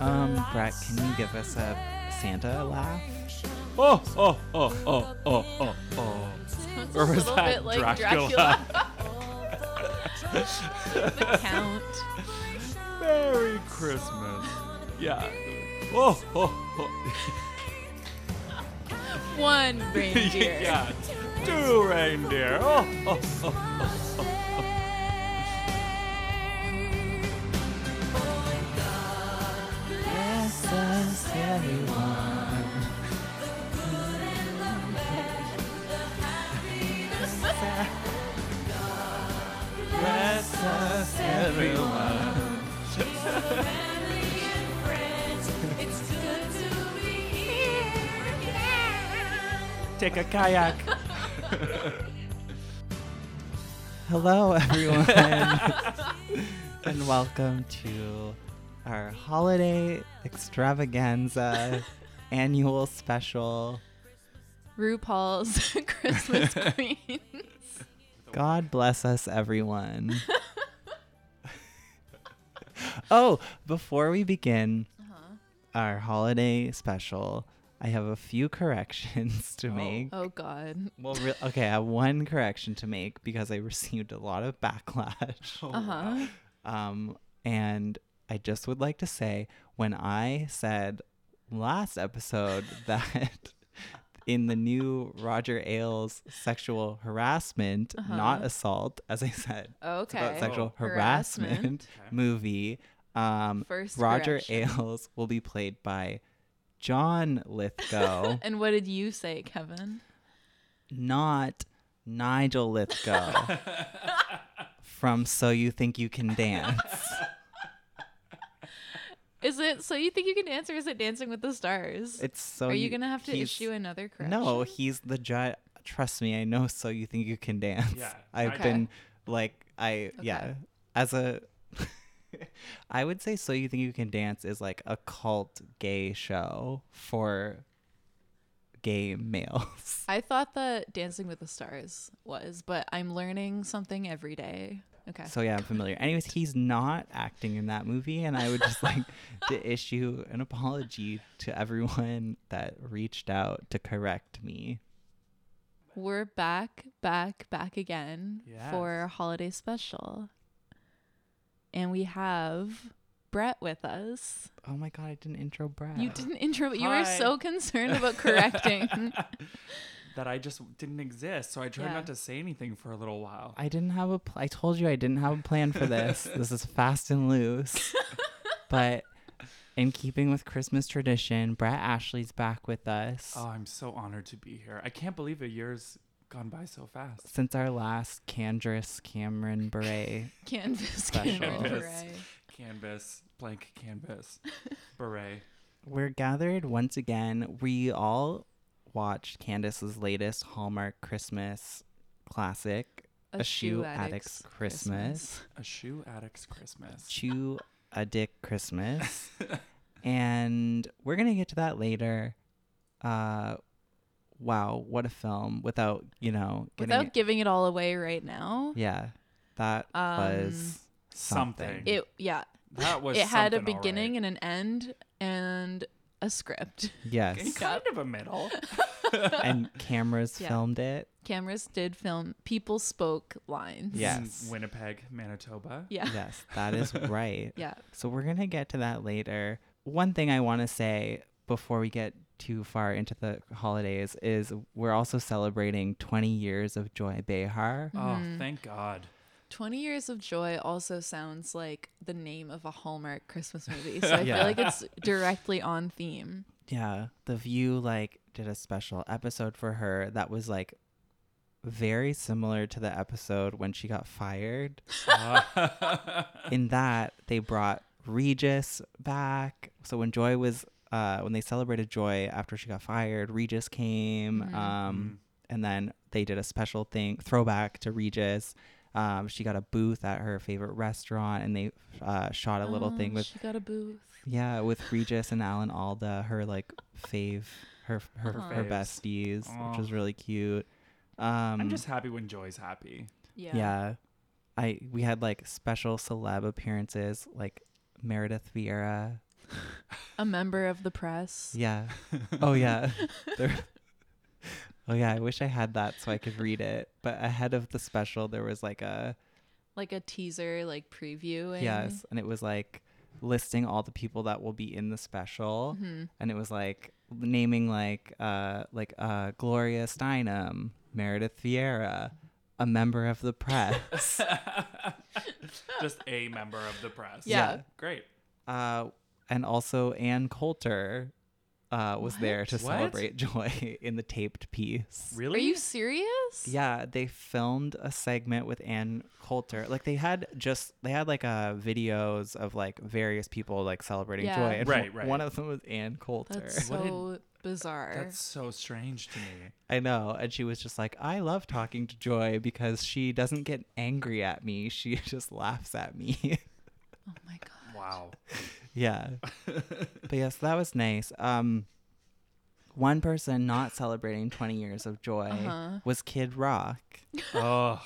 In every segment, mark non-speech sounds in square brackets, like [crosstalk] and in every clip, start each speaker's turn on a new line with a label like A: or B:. A: Um, Brett, can you give us a Santa laugh?
B: Oh, oh, oh, oh, oh, oh, oh.
C: Sounds
B: Or
C: a
B: was
C: little
B: that
C: bit like
B: Dracula? [laughs]
C: the Count.
B: Merry Christmas. Yeah. Oh, oh, oh.
C: [laughs] One reindeer.
B: [laughs] yeah. Two reindeer. Oh, oh, oh.
A: Yes, us, everyone.
B: Bless us, everyone. [laughs] Take a kayak.
A: Hello, everyone, [laughs] and welcome to our holiday extravaganza annual special.
C: RuPaul's [laughs] Christmas Queen.
A: God bless us, everyone. [laughs] oh, before we begin our holiday special, I have a few [laughs] corrections to make.
C: Oh God.
A: Well, re- okay, I have one correction to make because I [laughs] received a lot of backlash. [laughs]
C: Uh huh.
A: Um, and I just would like to say when I said last episode [laughs] that in the new Roger Ailes sexual harassment, not assault, as I said,
C: Okay.
A: about
B: Oh.
A: sexual harassment,
C: Harassment.
A: movie, um,
C: First
A: Roger
C: correction.
A: Ailes will be played by John
C: [laughs]
A: Lithgow,
C: And what did you say, Kevin?
A: not Nigel Lithgow from So You Think You Can
C: [laughs]
A: Dance.
C: Is it so you think you can dance or is it dancing with the stars?
A: It's so
C: Are you, gonna have to
A: he's-
C: issue another correction?
A: No, he's the judge. Trust me, I know. So you think you can dance?
B: Yeah,
A: [laughs] I've
B: I-
A: been like, I yeah. As a, [laughs] I would say, so you think you can dance is like a cult gay show for gay males.
C: I thought that Dancing with the Stars was, but I'm learning something every day. Okay.
A: [laughs] So yeah, I'm familiar. Anyways, he's not acting in that movie, and I would just like [laughs] to issue an apology to everyone that reached out to correct me.
C: We're back, back, back again for our
B: Yes.
C: holiday special. And we have Brett with us.
A: Oh my god, I didn't intro Brad.
C: You didn't intro, but you were
B: Hi.
C: so concerned about correcting. [laughs]
B: that I just didn't exist, so I tried
C: Yeah.
B: not to say anything for a little while.
A: I didn't have a. Pl- I told you I didn't have a plan for this. [laughs] this is fast and [laughs] loose, but in keeping with Christmas tradition, Brett Ashley's back with us
B: Oh, I'm so honored to be here. I can't believe a year's gone by so fast.
A: since our last Candress Cameron [laughs] Beret.
C: Canvas,
A: Special.
C: Cameron
B: Canvas.
C: Bure.
B: Canvas, blank
C: [laughs]
B: canvas, beret.
A: We're gathered once again. We all watched Candace's latest Hallmark Christmas classic, A Shoe Addict's Christmas.
B: A shoe addict's Christmas.
A: Chew a Dick Christmas. and we're going to get to that later. Uh, wow, what a film without, you know, getting
C: Without
A: it-
C: giving it all away right now,
A: Yeah, that
C: Um,
A: was something.
B: [laughs] Something.
C: it yeah,
B: that was.
C: it had a
B: something, all
C: beginning
B: right.
C: and an end and a script. [laughs]
B: [laughs]
A: yes.
B: kind of a middle.
A: and cameras
C: Yeah.
A: filmed it.
C: Cameras did film. People spoke lines.
A: Yes.
B: In Winnipeg, Manitoba.
C: Yeah.
A: Yes, that is
C: [laughs]
A: right.
C: Yeah.
A: So we're going to get to that later. One thing I want to say before we get too far into the holidays is we're also celebrating 20 years of Joy Behar.
B: Oh,
C: Mm-hmm.
B: thank
A: [laughs]
B: God.
C: 20 Years of Joy also sounds like the name of a Hallmark Christmas movie. So I
A: Yeah.
C: feel like it's directly on theme.
A: yeah the view like did a special episode for her that was like very similar to the episode when she got fired
B: Uh,
A: in that they brought regis back so when joy was uh when they celebrated joy after she got fired regis came
B: Mm-hmm. mm.
A: um and then they did a special thing throwback to regis um, she got a booth at her favorite restaurant and they uh, shot a little thing
C: Oh,
A: with
C: She got a booth.
A: yeah, with Regis and Alan Alda, her like fave, her her, her
B: faves.
A: besties, which was
B: Aw.
A: really cute. Um,
B: I'm just happy when Joy's
C: [laughs]
B: happy.
C: Yeah.
A: yeah. I we had like special celeb appearances, like Meredith Vieira
C: a member of the press.
A: Yeah. Oh
B: [laughs]
A: yeah. There- oh yeah. I wish I had that so I could read it. But ahead of the special, there was like a
C: Like a teaser, like preview.
A: yes, and it was like listing all the people that will be in the special,
C: Mm-hmm.
A: and it was like naming like uh like uh Gloria Steinem, Meredith Vieira, a member of the press.
B: [laughs] Just a member of the press.
C: Yeah.
B: Great.
A: uh, and also Anne Coulter uh, was there to
B: What?
A: celebrate Joy [laughs] in the taped piece.
B: Really?
C: Are you serious?
A: Yeah, they filmed a segment with Anne Coulter. Like they had just they had like uh videos of like various people like celebrating
C: Yeah.
A: joy. And
B: Right,
A: one-
B: right.
A: One of them was Anne Coulter.
C: That's
B: What did-
C: so bizarre.
B: That's so strange to me.
A: I know. And she was just like, I love talking to Joy because she doesn't get angry at me. [laughs] She just laughs at me. [laughs]
C: oh my god. [laughs]
B: Wow.
A: yeah. but yes, that was nice. Um one person not celebrating 20 years of joy
C: Uh-huh.
A: was Kid Rock.
B: oh,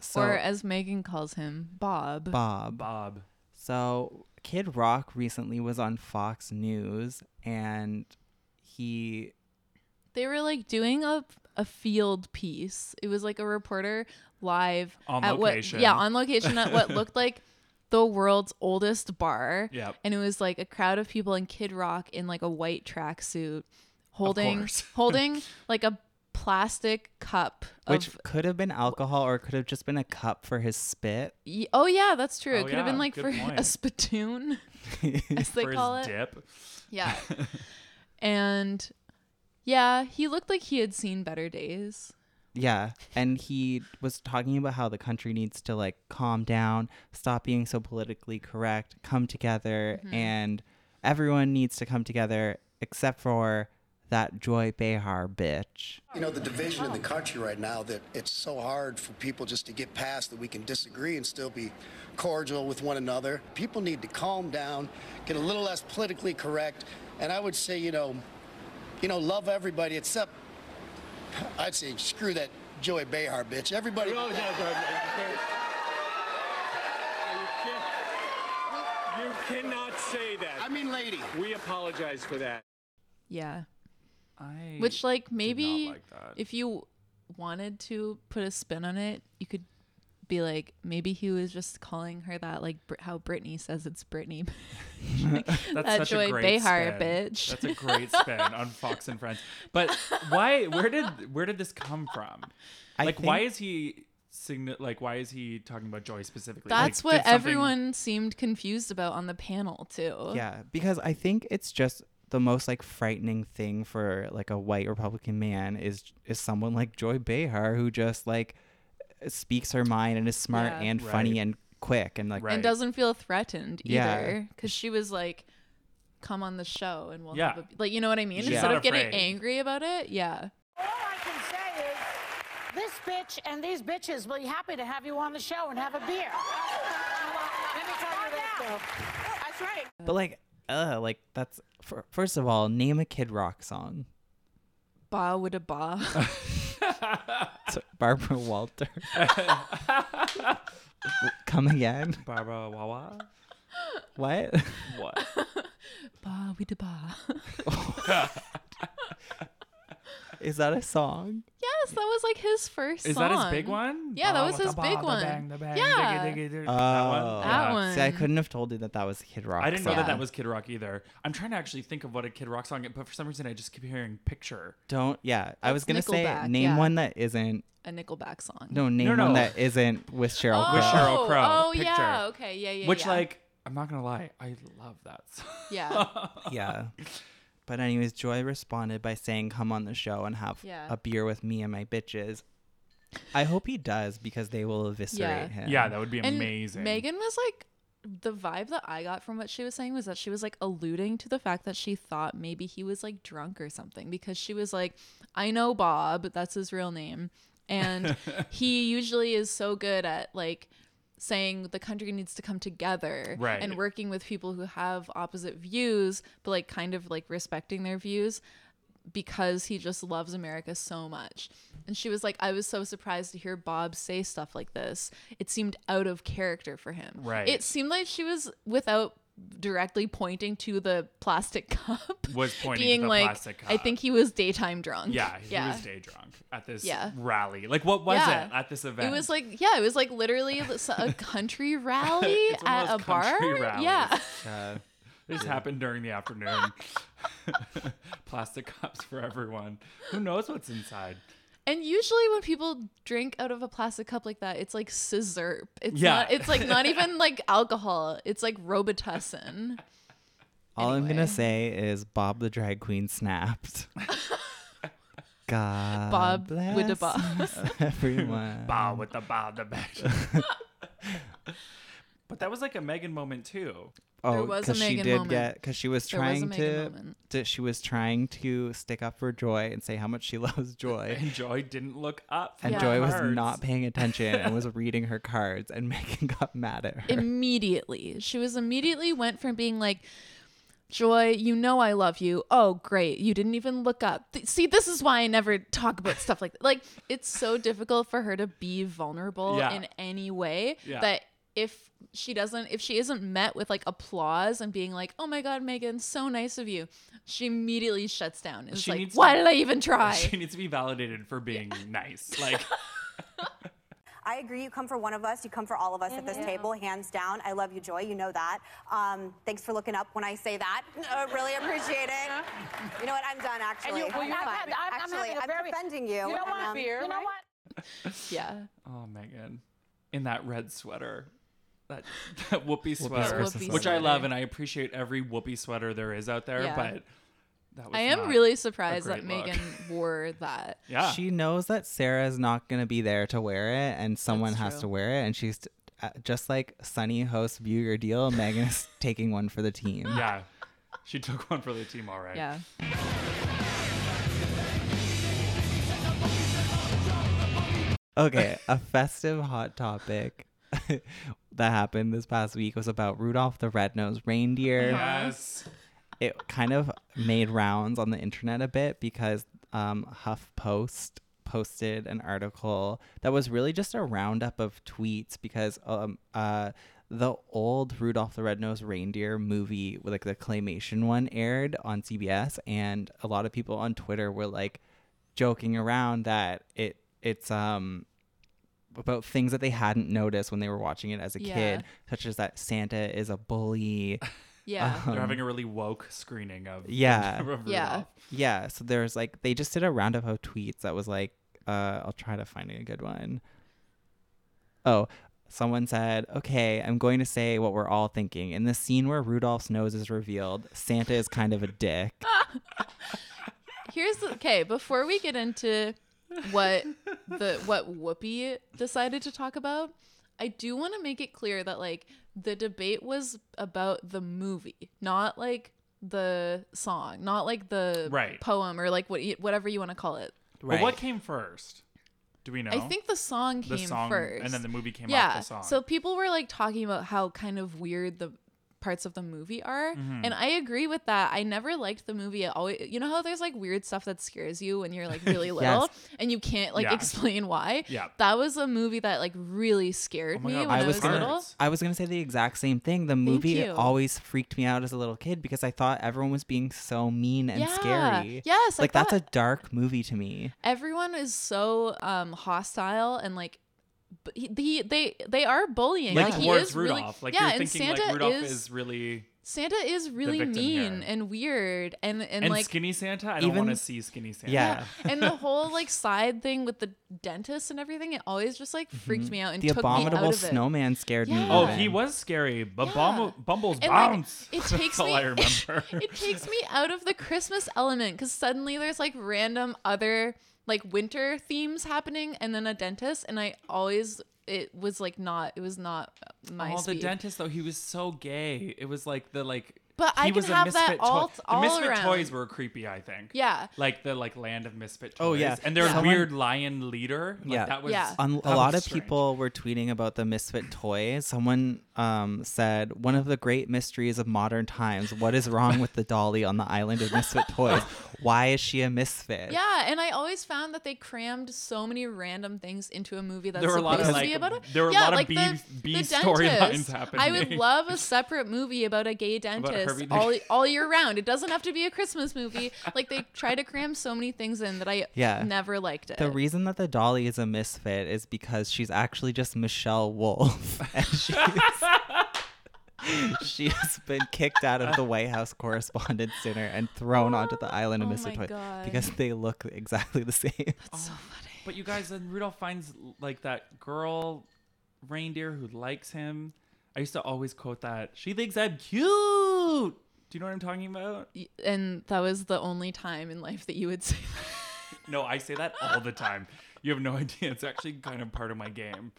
A: So
C: or uh, as Megan calls him, Bob.
A: Bob.
B: Bob.
A: So Kid Rock recently was on Fox News and he
C: They were like doing a a field piece. It was like a reporter live
B: On
C: at
B: location.
C: what yeah, on location at
B: [laughs]
C: what looked like the world's oldest bar.
B: Yep.
C: And it was like a crowd of people and Kid Rock in like a white tracksuit holding
B: course. [laughs]
C: holding like a plastic cup
A: which
C: of
A: could have been alcohol or could have just been a cup for his spit.
C: y- Oh yeah, that's true.
B: Oh,
C: it could have
B: yeah,
C: been like
B: good
C: for [laughs] a
B: point. [laughs]
C: spittoon as they
B: For his
C: call it.
B: dip.
C: Yeah.
B: [laughs]
C: and yeah, he looked like he had seen better days.
A: Yeah. And he was talking about how the country needs to like calm down, stop being so politically correct, come together, and everyone needs to come together except for that Joy Behar bitch.
D: You know, the division in the country right now that it's so hard for people just to get past that we can disagree and still be cordial with one another. People need to calm down, get a little less politically correct, and I would say, you know, you know, love everybody except I'd say screw that Joy Behar bitch. Everybody
E: Oh, You cannot say
D: I
E: that.
D: mean lady.
E: We apologize for that.
C: Yeah.
B: I
C: Which like
B: not
C: maybe
B: like that.
C: if you wanted to put a spin on it, you could be like maybe he was just calling her that like Brit- how Britney says it's Britney. [laughs]
B: That's
C: That
B: such
C: Joy
B: a great
C: Behar
B: spin.
C: bitch.
B: That's a great spin on Fox and Friends. But
C: [laughs]
B: why? Where did where did this come from?
A: I
B: Like, why
A: think-
B: is he sign- Like, why is he talking about Joy specifically? Like,
C: That's
B: did
C: what
B: something-
C: everyone seemed confused about on the panel too.
A: Yeah, because I think it's just the most like frightening thing for like a white Republican man is is someone like Joy Behar who just like speaks her mind and is smart
C: Yeah.
A: and funny
B: Right.
A: and quick and like
B: Right.
C: And doesn't feel threatened
A: Yeah.
C: either cuz she was like come on the show and we'll
B: Yeah.
C: have a, like you know what I mean
B: She's
C: instead
B: not
C: of getting
B: afraid.
C: angry about it. Yeah.
F: All I can say is, this bitch and these bitches will be happy to have you on the show and have a beer. Let me tell you this, though. That's right.
A: But like, uh, like that's fir- first of all, name a Kid Rock song.
C: Ba with a ba. [laughs]
A: It's Barbara
B: [laughs]
A: Walter. Come again?
B: Barbara Wawa.
A: What?
C: [laughs]
B: What?
C: ba with a ba. [laughs]
A: Is that a song?
C: Yes, that was like his first
B: Is
C: song.
B: that his big one?
C: Yeah, that
B: Ba-
C: was
B: ba-
C: his
B: ba-
C: big
B: the
C: one.
B: bang, the bang,
C: Yeah.
B: diggy, diggy, diggy.
A: Oh.
B: that
C: That
B: one. Yeah.
C: one.
A: See, I couldn't have told you that that was a Kid Rock.
B: I didn't know that
A: song.
B: that was Kid Rock either. I'm trying to actually think of what a Kid Rock song, but for some reason I just keep hearing picture.
A: Don't. Yeah, I was gonna say
C: Nickelback,
A: name
C: yeah.
A: one that isn't.
C: A Nickelback song.
A: No, name
B: no.
A: one that isn't
B: [laughs]
A: with Cheryl
C: Oh,
A: Crow.
B: With Cheryl Crow,
C: Oh
B: picture.
C: yeah. Okay. Yeah. Yeah.
B: Which,
C: yeah.
B: like, oh, I'm not gonna lie, I love that song. [laughs]
C: Yeah.
A: Yeah. But anyways, Joy responded by saying, "Come on the show and have
C: Yeah.
A: a beer with me and my bitches." I hope he does because they will eviscerate
C: Yeah.
A: him.
B: Yeah, that would be
C: and
B: amazing.
C: Megan was like, the vibe that I got from what she was saying was that she was like alluding to the fact that she thought maybe he was like drunk or something because she was like, I know Bob. That's his real name,
B: [laughs]
C: and he usually is so good at like saying the country needs to come together
B: Right.
C: and working with people who have opposite views but like kind of like respecting their views because he just loves America so much. And she was like, I was so surprised to hear Bob say stuff like this. It seemed out of character for him.
B: Right.
C: It seemed like she was without directly pointing to the plastic [laughs] cup.
B: Was pointing to
C: being
B: the
C: like,
B: plastic
C: I
B: cup.
C: think he was daytime drunk.
B: Yeah, he was day drunk at this
C: Yeah.
B: rally. Like, what was
C: Yeah.
B: it at this event?
C: It was like yeah, it was like literally
B: [laughs]
C: s- a country rally
B: It's one of
C: at a
B: those
C: bar.
B: country rallies.
C: Yeah,
B: [laughs]
A: Uh,
B: this happened during the afternoon. [laughs] Plastic cups for everyone. Who knows what's inside?
C: and usually when people drink out of a plastic cup like that, it's like scissor. It's
B: Yeah.
C: not. It's like not even like alcohol. It's like Robitussin.
A: all I'm
C: Anyway.
A: gonna say is Bob the drag queen
C: [laughs]
A: snapped. God
C: Bob
A: bless
C: with the bob.
A: [laughs] everyone.
B: Bow with the bow, the back. [laughs] but that was like a Megan moment too.
A: Oh,
C: There was a
A: 'cause she
C: Megan
A: did
C: moment.
A: get because she was
C: There was a
A: trying
C: Megan
A: to,
C: moment.
A: to- she was trying to stick up for Joy and say how much she [laughs] loves Joy.
C: [laughs]
B: And Joy didn't look up.
A: And
C: Yeah.
A: Joy was
B: Cards.
A: not paying attention and
C: [laughs]
A: was reading her cards and [laughs] Megan got mad at her.
C: immediately. She was immediately went from being like, Joy, you know I love you. Oh, great. You didn't even look up. Th- See, this is why I never talk
B: [laughs]
C: about stuff like that. Like, it's so difficult for her to be vulnerable
B: Yeah.
C: in any way
B: Yeah.
C: that if she doesn't, if she isn't met with like applause and being like, oh my God, Megan, so nice of you, she immediately shuts down. It's
B: She
C: like,
B: needs to-
C: why did I even try?
B: [laughs] She needs to be validated for being nice. [laughs] Like
G: I agree. You come for one of us. You come for all of us at this
F: Mm-hmm.
G: table, hands down. I love you, Joy. You know that. Um, thanks for looking up when I say that. [laughs] Uh, really appreciate it. You know what? I'm done. Actually,
F: Uh-huh. well, you're
G: I'm,
F: fine. I'm- I'm
G: actually,
F: having a
G: I'm
F: very-
G: defending you.
F: You know
G: and,
F: what?
G: um,
F: you know what?
B: [laughs]
C: yeah.
B: Oh, Megan, in that red sweater, that, [laughs] that whoopee sweater,
A: sweater.
B: which I love,
C: sweater.
B: and I appreciate every whoopee sweater there is out there.
C: Yeah.
B: But that was
C: I am
B: not-
C: really surprised that
B: great look.
C: Megan wore
B: [laughs]
C: that.
B: yeah.
A: She knows that Sarah's not going to be there to wear it and someone
C: That's
A: has
C: true.
A: to wear it. And she's uh, just like Sunny hosts View Your Deal, Megan
C: [laughs]
A: is taking one for the team.
B: yeah, she took one for the team. All right.
C: Yeah.
A: Okay, a festive hot topic [laughs] that happened this past week was about Rudolph the Red-Nosed Reindeer.
B: Yes.
A: it kind of made rounds on the internet a bit because um, HuffPost posted an article that was really just a roundup of tweets because um, uh, the old Rudolph the Red-Nosed Reindeer movie, like the claymation one, aired on CBS, and a lot of people on Twitter were like joking around that it it's um about things that they hadn't noticed when they were watching it as a
C: Yeah.
A: kid, such as that Santa is a bully.
C: Yeah.
B: They're having a really woke screening of
A: Um, Yeah.
B: [laughs] of
C: Yeah.
B: Rudolph.
A: Yeah, so there's like they just did a roundup of tweets that was like, uh, I'll try to find a good one. Oh, someone said, "Okay, I'm going to say what we're all thinking. In the scene where Rudolph's nose is revealed, Santa is kind of a dick."
C: Oh, here's the, okay before we get into what the what whoopi decided to talk about i do want to make it clear that like the debate was about the movie not like the song not like the
B: Right.
C: poem or like what y- whatever you want to call it
B: Well, what came first? Do we know?
C: i think the song
B: the
C: came
B: song,
C: first
B: and then the movie came
C: yeah
B: off the song.
C: so people were like talking about how kind of weird the parts of the movie are
B: Mm-hmm.
C: and i agree with that i never liked the movie at all you know how there's like weird stuff that scares you when you're like
B: [laughs]
C: really little and you can't like
B: Yeah.
C: explain why
B: Yeah. Oh
C: that was a movie that like really scared
B: my
C: me
B: God,
C: when
B: I
C: i
B: was
C: was,
B: gonna-
C: little
A: I was gonna say the exact same thing. The movie
C: you.
A: always freaked me out as a little kid because I thought everyone was being so mean and
C: Yeah.
A: scary.
C: Yes, I
A: like that's a
C: thought-
A: dark movie to me.
C: everyone is so um hostile and like b- he, he they they are bullying
B: like
C: like he
B: towards
C: is
B: Rudolph.
C: really
B: like
C: yeah
B: you're
C: and
B: thinking
C: santa
B: like Rudolph
C: is,
B: is really
C: santa is really
B: victim here.
C: mean and weird and and,
B: and
C: like
B: skinny Santa. I don't
A: even-
B: want to see skinny Santa.
A: Yeah.
C: and the whole like side thing with the dentist and everything, it always just like freaked me out and
A: Mm-hmm. The
C: took me out
A: abominable
C: of it.
A: snowman scared me.
C: Yeah.
B: Oh,
A: even.
B: he was scary, but
C: Yeah.
B: Bum- Bumbles
C: And, like,
B: bounce. [laughs]
C: [laughs] it takes
B: That's all
C: me.
B: I remember.
C: it takes me out of the Christmas element because suddenly there's like random other like winter themes happening, and then a dentist, and I always it was like not it was not my
B: Oh, the
C: speed.
B: dentist though, he was so gay. It was like the like
C: But I
B: he
C: can
B: was a
C: have
B: misfit
C: that
B: toy.
C: all, all
B: the misfit
C: around.
B: toys were creepy, I think.
C: Yeah.
B: Like the like land of misfit toys.
A: Oh, yeah.
B: And their
A: Yeah.
B: weird lion leader. Like,
A: Yeah.
B: That was
C: Yeah.
A: On,
B: that
A: a lot of
B: was strange.
A: people were tweeting about the misfit toys. Someone um, said, "One of the great mysteries of modern times: What is wrong with the dolly on the island of misfit toys? Why is she a misfit?"
C: Yeah, and I always found that they crammed so many random things into a movie that's
B: There were a lot
C: supposed
B: of,
C: to
B: like,
C: be about it.
B: there were a
C: yeah,
B: lot of
C: like the,
B: B- B
C: the
B: storylines
C: dentist.
B: [laughs]
C: I would
B: happening.
C: love a separate movie about a gay dentist
B: Herbie the-
C: all all year round. It doesn't have to be a Christmas movie. Like they try to cram so many things in that I
A: Yeah.
C: never liked it.
A: The reason that the dolly is a misfit is because she's actually just Michelle Wolf, [laughs] and she's
B: [laughs]
A: she has been kicked out of the White House Correspondence Dinner and thrown onto the island of
C: Oh
A: misfit
C: my
A: toys
C: God.
A: because they look exactly the same.
B: But you guys, then Rudolph finds like that girl reindeer who likes him. I used to always quote that. She thinks I'm cute. Do you know what I'm talking about?
C: and that was the only time in life that you would [laughs] say
B: No, I say that all the time. You have no idea. It's actually kind of part of my game.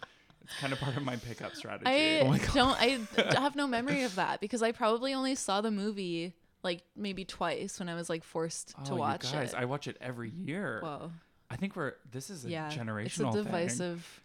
B: It's kind of part of my pickup strategy.
C: I don't. I
B: [laughs]
C: have no memory of that because I probably only saw the movie like maybe twice when I was like forced
B: Oh,
C: to
B: you
C: watch
B: guys,
C: it.
B: I watch it every year.
C: Whoa.
B: I think we're this is a
C: Yeah.
B: generational
C: It's a
B: thing. [laughs]
C: divisive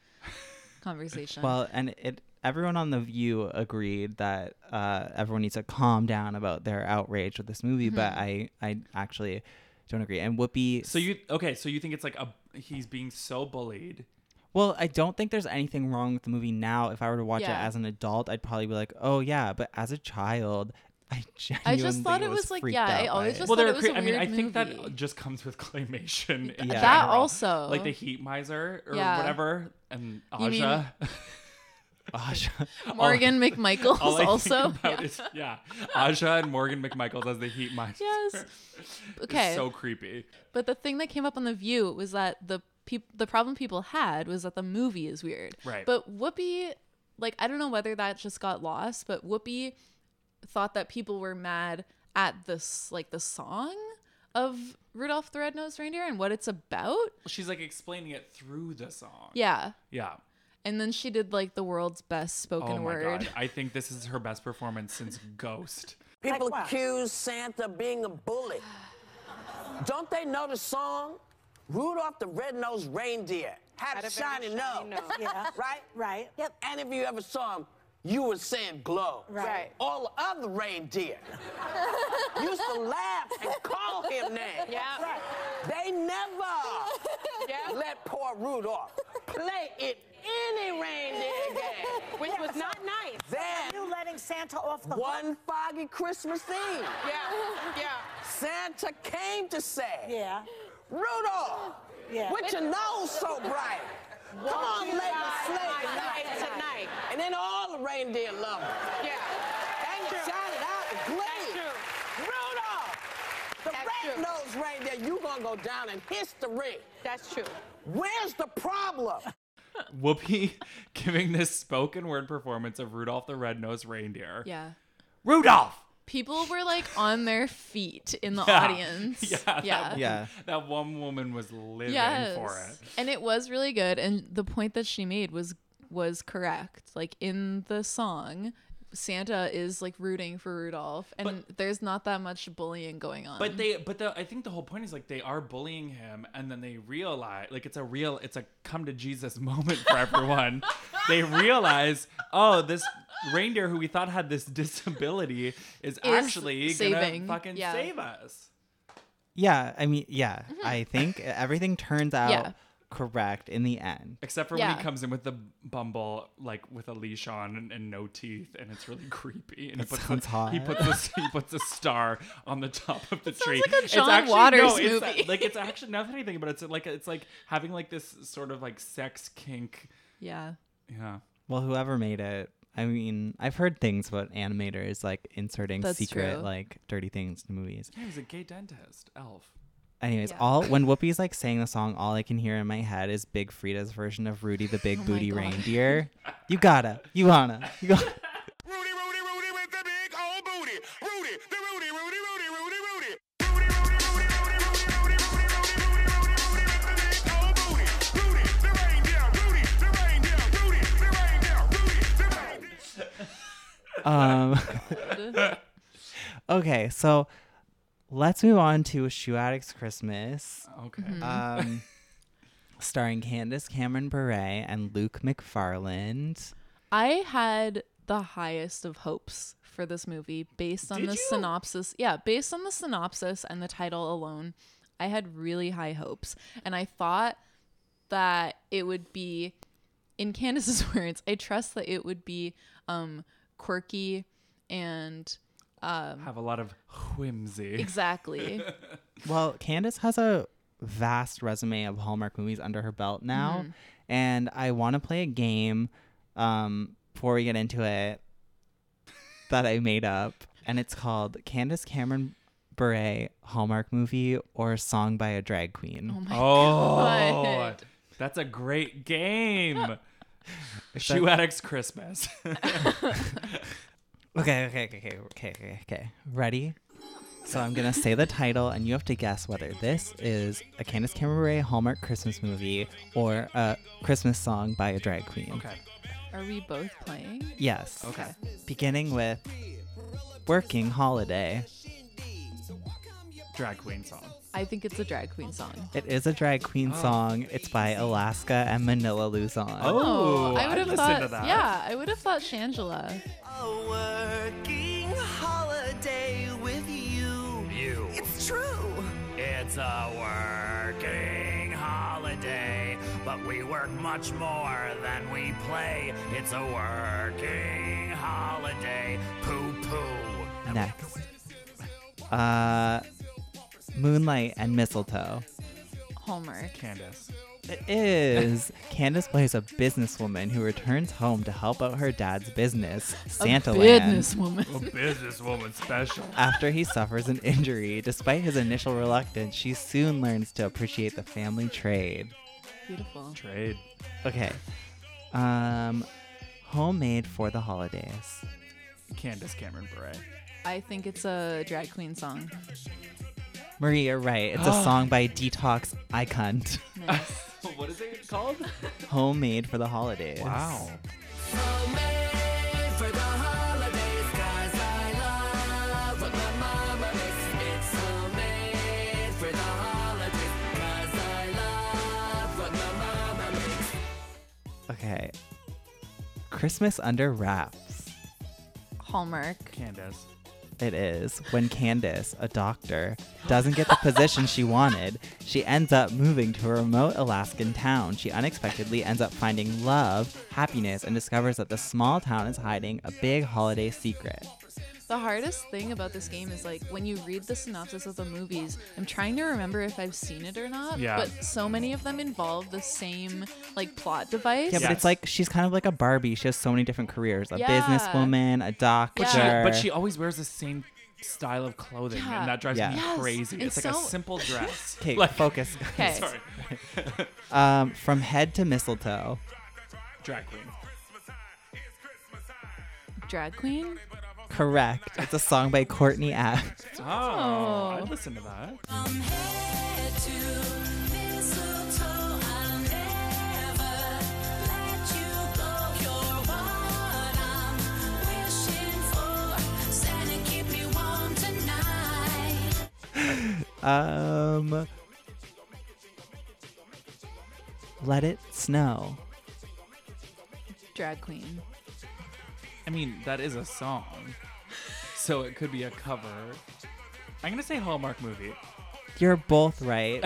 C: conversation.
A: Well, and it everyone on the View agreed that uh, everyone needs to calm down about their outrage with this movie, but I
C: Mm-hmm.
A: I actually don't agree. And Whoopi,
B: So you okay? So you think it's like a he's being so bullied.
A: well, I don't think there's anything wrong with the movie now. If I were to watch
C: Yeah.
A: it as an adult, I'd probably be like, oh yeah, but as a child. [laughs] I,
C: I
A: genuinely
C: just thought it was, like,
A: freaked
C: yeah, I
A: out by
C: always
A: it.
C: just
B: well,
C: thought
B: there.
C: it
B: Are
C: was a
B: cre- I mean, I
C: weird
B: think
C: movie.
B: that just comes with [laughs] claymation. in
A: Yeah.
C: That
B: general.
C: also.
B: like the heat miser or
C: Yeah.
B: whatever, and
C: You mean-
B: Aja.
A: Aja.
C: [laughs] Morgan McMichaels
B: [laughs] All I think
C: also.
B: about is yeah, Aja and Morgan McMichaels as the heat miser.
C: Yes.
B: It's
C: Okay.
B: so creepy.
C: But the thing that came up on the View was that the peop- the problem people had was that the movie is weird.
B: Right.
C: But Whoopi, like I don't know whether that just got lost, but Whoopi thought that people were mad at this like the song of Rudolph the Red-Nosed Reindeer and what it's about.
B: She's like explaining it through the song.
C: Yeah.
B: Yeah.
C: And then she did like the world's best spoken
B: Oh my
C: word.
B: god. I think this is her best performance since Ghost.
H: People accuse Santa of being a bully. Don't they know the song? Rudolph the Red-Nosed Reindeer had a shiny nose.
G: Yeah.
H: Right?
F: [laughs]
G: Right. Yep.
H: And if you ever saw him, you would say it glow.
G: Right.
H: All the other reindeer used to laugh and call him names.
F: [laughs] Yeah.
H: They
F: [laughs]
H: never let poor Rudolph play it any reindeer game.
F: Which was not nice.
H: Then,
G: You letting Santa off the hook?
H: one foggy Christmas Eve,
F: Yeah. Yeah.
H: Santa came to say,
G: Yeah.
H: Rudolph,
G: Yeah.
H: with your nose so bright. Come on,
F: you
H: lady,
F: ride
H: slay
F: my
H: tonight.
F: light tonight?
H: And then all the reindeer love him.
F: Yeah.
H: And you
F: True.
H: shouted out the
F: That's
H: glee.
F: true.
H: Rudolph, the
F: That's true.
H: red-nosed reindeer, you gonna go down in history.
F: That's true.
H: Where's the problem?
B: Whoopi [laughs] giving this spoken word performance of Rudolph the Red-Nosed Reindeer.
C: Yeah.
B: Rudolph. [laughs]
C: People were like on their feet in the
B: Yeah.
C: audience.
B: Yeah. that
C: Yeah.
B: one-
A: Yeah.
B: That one woman was living for it.
C: And it was really good and the point that she made was was correct. Like in the song, Santa is like rooting for Rudolph and there's not that much bullying going on.
B: But they, but the, I think the whole point is like they are bullying him, and then they realize, like it's a real, it's a come to Jesus [laughs] moment for everyone. they realize, oh, this reindeer who we thought had this [laughs] disability is, actually gonna
C: saving,
B: fucking
C: yeah.
B: save us.
A: Yeah, I mean, yeah, I think everything turns out
C: Mm-hmm. [laughs] Yeah.
A: correct in the end.
B: Except for when
C: Yeah.
B: he comes in with the bumble, like with a leash on and, and no teeth, and it's really [laughs] creepy. And he puts
A: sounds
B: the,
A: hot.
B: He puts a, he puts a star on the top of the tree.
C: like a
B: It's
C: John
B: actually-
C: Waters
B: it's,
C: movie.
B: like it's actually not anything, but it's like it's like having like this sort of like sex kink.
C: yeah.
B: Yeah.
A: Well, whoever made it, I mean, I've heard things about animators like inserting
C: That's
A: secret,
C: true.
A: like dirty things to movies.
B: He was a gay dentist, elf.
A: Anyways,
C: Yeah.
A: all
C: [laughs]
A: when Whoopi's like saying the song, all I can hear in my head is Big Frida's version of Rudy the
C: [laughs]
A: Big Booty
C: Oh God.
A: Reindeer. You gotta, you wanna, you
C: [laughs]
A: gotta.
I: Rudy, Rudy, Rudy with the big old booty. Rudy, the Rudy, Rudy, Rudy, Rudy, Rudy. Rudy, Rudy, Rudy, Rudy, Rudy, Rudy, Rudy, Rudy, Rudy, Rudy with the big old booty. Rudy, the reindeer. Rudy, the reindeer. Rudy, the reindeer. Rudy, the reindeer.
A: Um, Okay, so let's move on to Shoe Addicts Christmas,
B: Okay.
C: Mm-hmm. [laughs]
A: um, starring Candace Cameron Bure and Luke McFarland.
C: I had the highest of hopes for this movie based on the synopsis. Yeah, based on the synopsis and the title alone, I had really high hopes. And I thought that it would be, in [laughs] Candace's words, I trust that it would be um, quirky
B: [laughs]
C: and
B: Have a lot of whimsy.
C: exactly.
A: Well, Candace has a vast resume of Hallmark movies under her belt now, and I want to play a game um, before we get into it that I made up, and it's called Candace Cameron Bure Hallmark movie or song by a drag queen.
B: Oh,
C: God.
B: that's a great
C: [laughs]
B: game. Shoe Addicts Christmas. [laughs]
A: Okay, okay, okay, okay, okay, okay, okay. Ready? So I'm gonna say the title, and you have to guess whether this is a Candace Cameron Bure Hallmark Christmas movie or a Christmas song by a drag queen.
B: okay.
C: Are we both playing?
A: Yes. Okay. Beginning with working holiday.
B: Drag queen song.
C: I think it's a drag queen song.
A: It is a drag queen song. It's by Alaska and Manila Luzon.
B: Oh,
C: I would have
B: listened
C: thought.
B: to that.
C: Yeah, I would have thought Shangela.
I: A working holiday with you. You. It's true. It's a working holiday, but we work much more than we play. It's a working holiday. Poo poo.
A: Next. Uh, Moonlight and Mistletoe.
C: Hallmark.
B: Candace.
A: It is. Candace plays a businesswoman who returns home to help out her dad's business, Santa Land.
C: Businesswoman.
B: A businesswoman special.
A: After he suffers an injury, despite his initial reluctance, she soon learns to appreciate the family trade.
C: Beautiful.
B: Trade.
A: Okay. Um, homemade for the holidays.
B: Candace Cameron Bure.
C: I think it's a drag queen song.
A: Maria, right? It's a song by Detox Icunt.
C: Nice.
B: what is it called?
A: [laughs] Homemade for the holidays.
B: Wow.
A: Okay. Christmas under wraps.
C: Hallmark.
B: Candace.
A: It is when Candace, a doctor, doesn't get the position she wanted. She ends up moving to a remote Alaskan town. She unexpectedly ends up finding love, happiness, and discovers that the small town is hiding a big holiday secret.
C: The hardest thing about this game is like when you read the synopsis of the movies, I'm trying to remember if I've seen it or not.
B: Yeah.
C: But so many of them involve the same like plot device.
A: Yeah, but
B: Yes.
A: it's like she's kind of like a Barbie. She has so many different careers: a
C: Yeah.
A: businesswoman, a doctor.
C: But
B: She- but
C: Uh, Sure.
B: she always wears the same style of clothing,
C: Yeah.
B: and that drives
A: Yeah.
B: me
C: Yes,
B: crazy.
C: it's
B: It's, like
C: so-
B: a
C: [laughs]
B: simple dress.
A: Okay,
B: like, [laughs]
A: focus.
C: Okay.
B: Sorry.
A: Um, from head to mistletoe.
B: Drag queen.
C: Drag queen.
A: Correct. It's a song by Courtney Act.
B: Oh, I'd listen to that.
A: Um, let it snow.
C: Drag queen.
B: I mean, that is a song, so it could be a cover. I'm gonna say Hallmark movie.
A: You're both
C: [laughs]
A: right.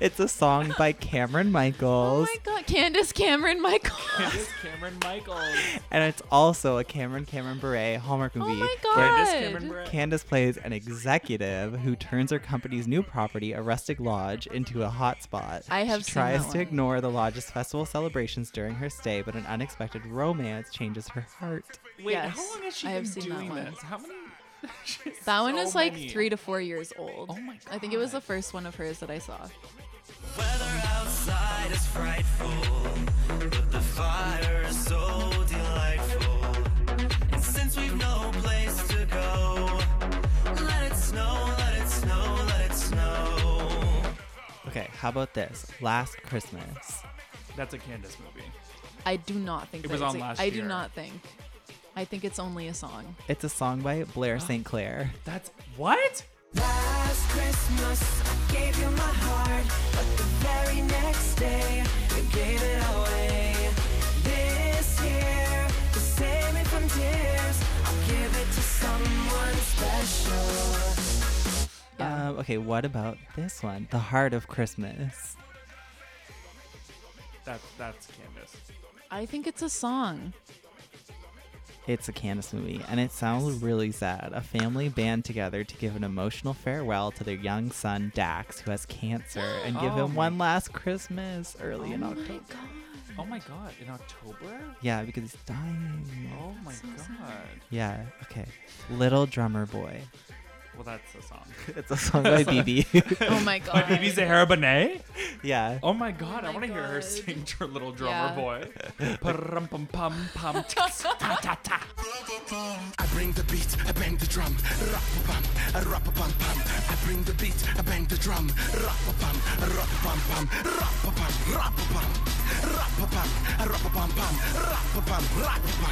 A: it's a song by Cameron
C: Oh
A: Michaels,
C: my god. Candace Cameron Michael.
B: Candace Cameron Michaels.
A: and it's also a Cameron Cameron Bure Hallmark
C: [laughs] oh
A: movie.
C: my
A: where
B: Candace Cameron
C: god.
B: Bure.
A: Candace plays an executive who turns her company's new property, a rustic lodge, into a hotspot.
C: I have
A: she
C: seen
A: tries
C: that
A: to
C: one.
A: ignore the lodge's festival celebrations during her stay, but an unexpected romance changes her heart.
B: Wait,
C: Yes,
B: how long has she
C: I
B: been
C: have seen that
B: doing
C: one.
B: this? How many? [laughs] She's
C: That one
B: so
C: is like
B: many.
C: three to four years old.
B: Oh my
C: I think it was the
B: God.
C: first one of hers that I saw.
I: Weather outside is frightful, but the fire is so delightful. And since we've no place to go, let it snow, let it snow, let it snow.
A: Okay, how about this? Last Christmas.
B: That's a Candace movie.
C: I do not think
B: It
C: that
B: was
C: it's
B: on
C: a-
B: last
C: I do
B: year.
C: not think. I think it's only a song.
A: It's a song by Blair St.
C: [gasps]
A: Clair.
B: That's what?
I: Last Christmas, I gave you my heart, but the very next day, you gave it away. This year, to save me from tears, I'll give it to someone special.
A: Um, okay, what about this one? The Heart of Christmas.
B: That's that's Candace.
C: I think it's
B: [laughs]
C: a song.
A: It's a Candace movie, and it sounds really sad. A family band together to give an emotional farewell to their young son, Dax, who has cancer, [gasps] and give
B: Oh
A: him one last Christmas early in October.
B: Oh my god, in October?
A: Yeah, because he's dying.
B: Oh my god.
A: Yeah, okay. Little Drummer Boy.
B: Well, that's a song.
A: [laughs] It's a song [laughs] by BB.
C: Oh my
B: By
C: god.
B: BB Sahara Bonet?
A: yeah.
B: Oh my god, I
C: my
B: want to hear her
C: God.
B: sing to Little
C: Yeah.
B: Drummer [laughs] Boy. Pum pum pum
C: [laughs]
B: pum. tsk, ta, ta, ta.
I: I bring the beat, I bang the drum, rock a bum, a rock a bum bum. I bring the beat, I bang the drum, rock a bum, a rock a bum bum, rock a bum, rock a bum, rock a bum, a rock a bum bum, rock a bum, rock a bum,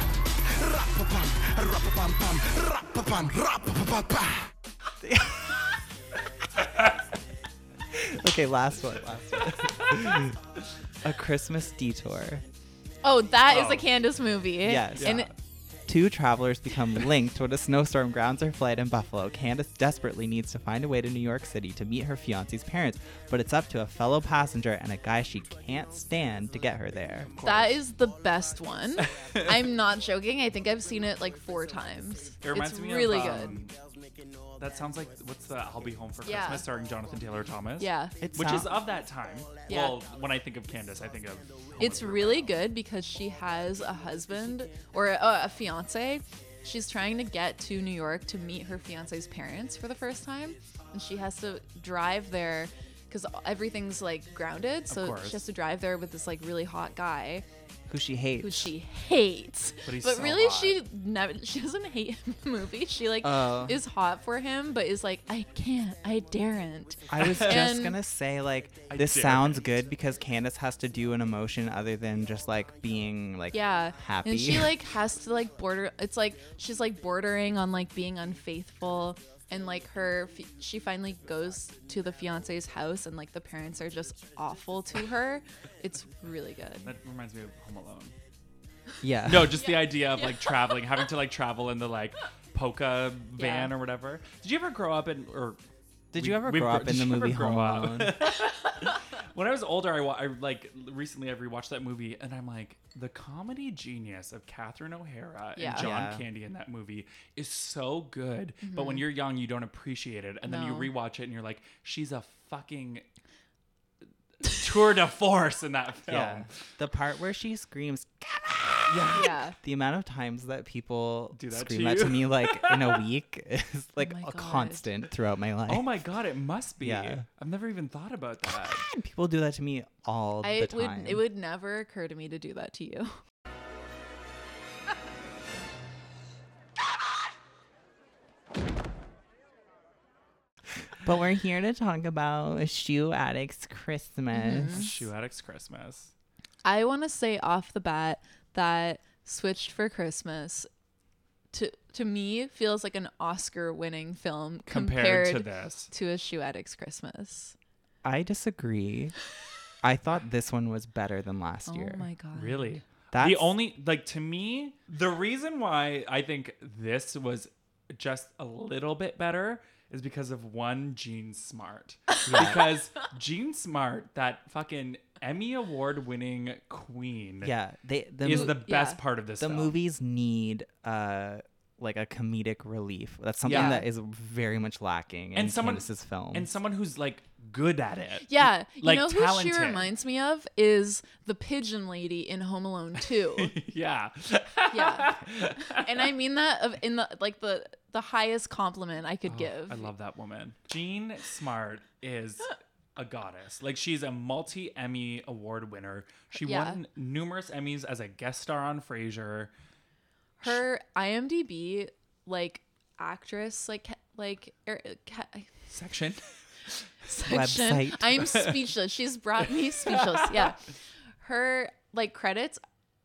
I: rock a bum, a rock a bum bum, rock a bum, rock a bum bum.
A: Okay, last one. Last one. [laughs] a Christmas detour.
C: Oh, that is
B: Oh.
C: a Candace movie.
A: Yes.
C: And
A: Yeah. Two travelers become linked when a snowstorm grounds her flight in Buffalo. Candace desperately needs to find a way to New York City to meet her fiance's parents, but it's up to a fellow passenger and a guy she can't stand to get her there.
C: that is the best one.
B: [laughs]
C: I'm not joking. I think I've seen it like four times.
B: It reminds
C: it's
B: me
C: really
B: of,
C: good.
B: um, That sounds like what's the I'll Be Home for
C: Yeah.
B: Christmas starring Jonathan Taylor Thomas.
C: Yeah.
A: It's
B: Which is
A: not-
B: of that time.
C: Yeah.
B: Well, when I think of Candace, I think of.
C: It's really good because she has a husband or a, a fiance. She's trying to get to New York to meet her fiance's parents for the first time, and she has to drive there because everything's like grounded. So
B: course.
C: she has to drive there with this like really hot guy
A: Who she hates.
C: who she hates.
B: But he's so
C: really,
B: hot.
C: she never. [laughs] She doesn't hate him in the movie. She like
B: Oh.
C: is hot for him, but is like, I can't, I daren't.
A: I was just
C: And-
A: gonna say like this
B: dare
A: sounds
B: it.
A: good because Candace has to do an emotion other than just like being like
C: Yeah.
A: happy.
C: And
B: [laughs]
C: she like has to like border. It's like she's like bordering on like being unfaithful. And like her, fi- she finally goes to the fiance's house, and like the parents are just awful to her. It's really good.
B: That reminds me of Home Alone.
A: [laughs] yeah.
B: No, just the idea of like traveling, having to like travel in the like polka van
C: Yeah.
B: or whatever. Did you ever grow up in or
A: Did
B: we-
A: you ever
B: we've
A: grow
B: gr-
A: up in
B: did
A: the
B: you ever
A: movie
B: grow
A: Home
B: up?
A: Alone?
B: [laughs] when I was older, I, wa- I like recently I rewatched that movie and I'm like, the comedy genius of Catherine O'Hara
C: Yeah.
B: and John
A: Yeah.
B: Candy in that movie is so good. But when you're young, you don't appreciate it, and then you
C: Mm-hmm. No.
B: rewatch it and you're like, she's a fucking tour de force in that
A: [laughs]
B: film.
A: yeah. The part where she screams
B: [laughs]
C: Yeah.
A: the amount of times that people
B: Do that
A: scream
B: to
A: that to
B: you?
A: me like in
B: [laughs]
A: a week is like
C: Oh my
A: a
C: God.
A: constant throughout my life.
B: Oh my god, it must be.
A: Yeah.
B: I've never even thought about that.
A: People do that to me all
C: I
A: the
C: it would.
A: time.
C: It would never occur to me to do that to you.
A: But we're here to talk about Shoe Addicts Christmas.
C: Mm-hmm.
B: Shoe Addicts Christmas.
C: I want to say off the bat that Switched for Christmas to to me feels like an Oscar winning film
B: compared,
C: compared,
B: to this.
C: to a Shoe Addicts Christmas.
A: I disagree. I thought this one was better than last year.
C: Oh my god.
B: Really?
A: That's-
B: the only like to me, the reason why I think this was just a little bit better is because of one Gene
C: [laughs]
B: Smart. Because Gene Smart, that fucking Emmy award winning queen,
A: Yeah, they the
B: is
A: mo-
B: the best
C: yeah.
B: part of this.
A: the
B: film.
A: movies need uh like a comedic relief. That's something
B: Yeah.
A: that is very much lacking in
B: and someone
A: Candace's film.
B: and someone who's like good at it.
C: Yeah, you
B: Like,
C: know who
B: talented.
C: she reminds me of is the pigeon lady in Home Alone
B: [laughs]
C: 2.
B: [laughs] yeah.
C: yeah. And I mean that of in the like the the highest compliment I could give.
B: Oh, I love that woman. Jean Smart
C: [laughs]
B: is a goddess. Like she's a multi Emmy award winner. She
C: Yeah.
B: won numerous Emmys as a guest star on Frasier.
C: her IMDb like actress like ca- like er, ca-
B: Section. [laughs]
C: section.
A: Website.
B: [laughs]
C: I'm speechless. She's brought me speechless. Yeah. Her like credits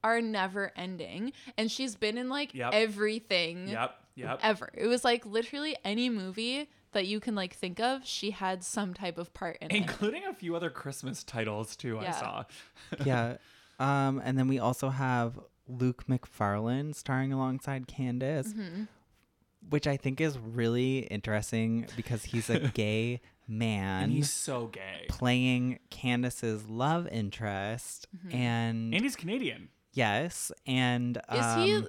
C: are never ending. And she's been in like
B: Yep.
C: everything
B: Yep. Yep.
C: ever. It was like literally any movie that you can like think of, she had some type of part in it.
B: Including a few other Christmas titles too. I
C: Yeah.
B: saw.
A: yeah. Um, and then we also have Luke McFarlane starring alongside Candace,
C: Mm-hmm.
A: which I think is really interesting because he's
C: [laughs]
A: a gay man
B: And he's so gay.
A: playing Candace's love interest.
C: Mm-hmm.
A: And,
B: And he's Canadian.
A: yes, and
C: Is he
A: um,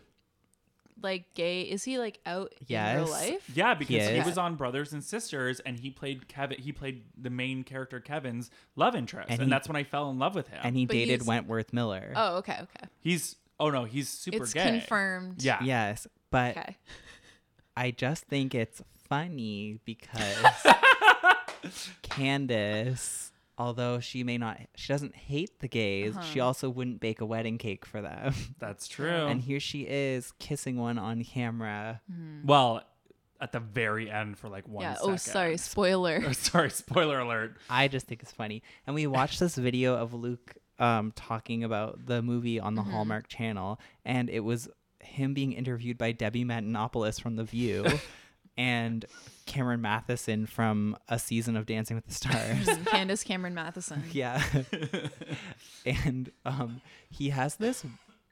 C: like gay? Is he like out in
A: Yes.
C: real life?
B: Yeah, because he
A: is.
B: was on Brothers and Sisters, and he played Kevin. He played the main character Kevin's love interest, and,
A: And he-
B: that's when I fell in love with him.
A: and he
C: But he's-
A: dated Wentworth Miller.
C: Oh, okay, okay.
B: he's oh no, he's super
C: it's
B: gay.
C: confirmed.
B: Yeah.
A: Yes, but
C: Okay.
A: I just think it's funny because Candace, although she may not, she doesn't hate the gays, she also wouldn't bake a wedding cake for them.
B: That's true.
A: And here she is kissing one on camera.
B: well, at the very end for like one
C: Yeah.
B: second.
C: Oh, sorry. Spoiler.
B: Oh, [laughs] sorry. Spoiler alert.
A: I just think it's funny. And we watched this video of Luke um, talking about the movie on the Hallmark Channel, and it was him being interviewed by Debbie Matenopoulos from The View. And Cameron Matheson from a season of Dancing with the Stars.
C: Candace Cameron Matheson.
A: Yeah. [laughs] and um he has this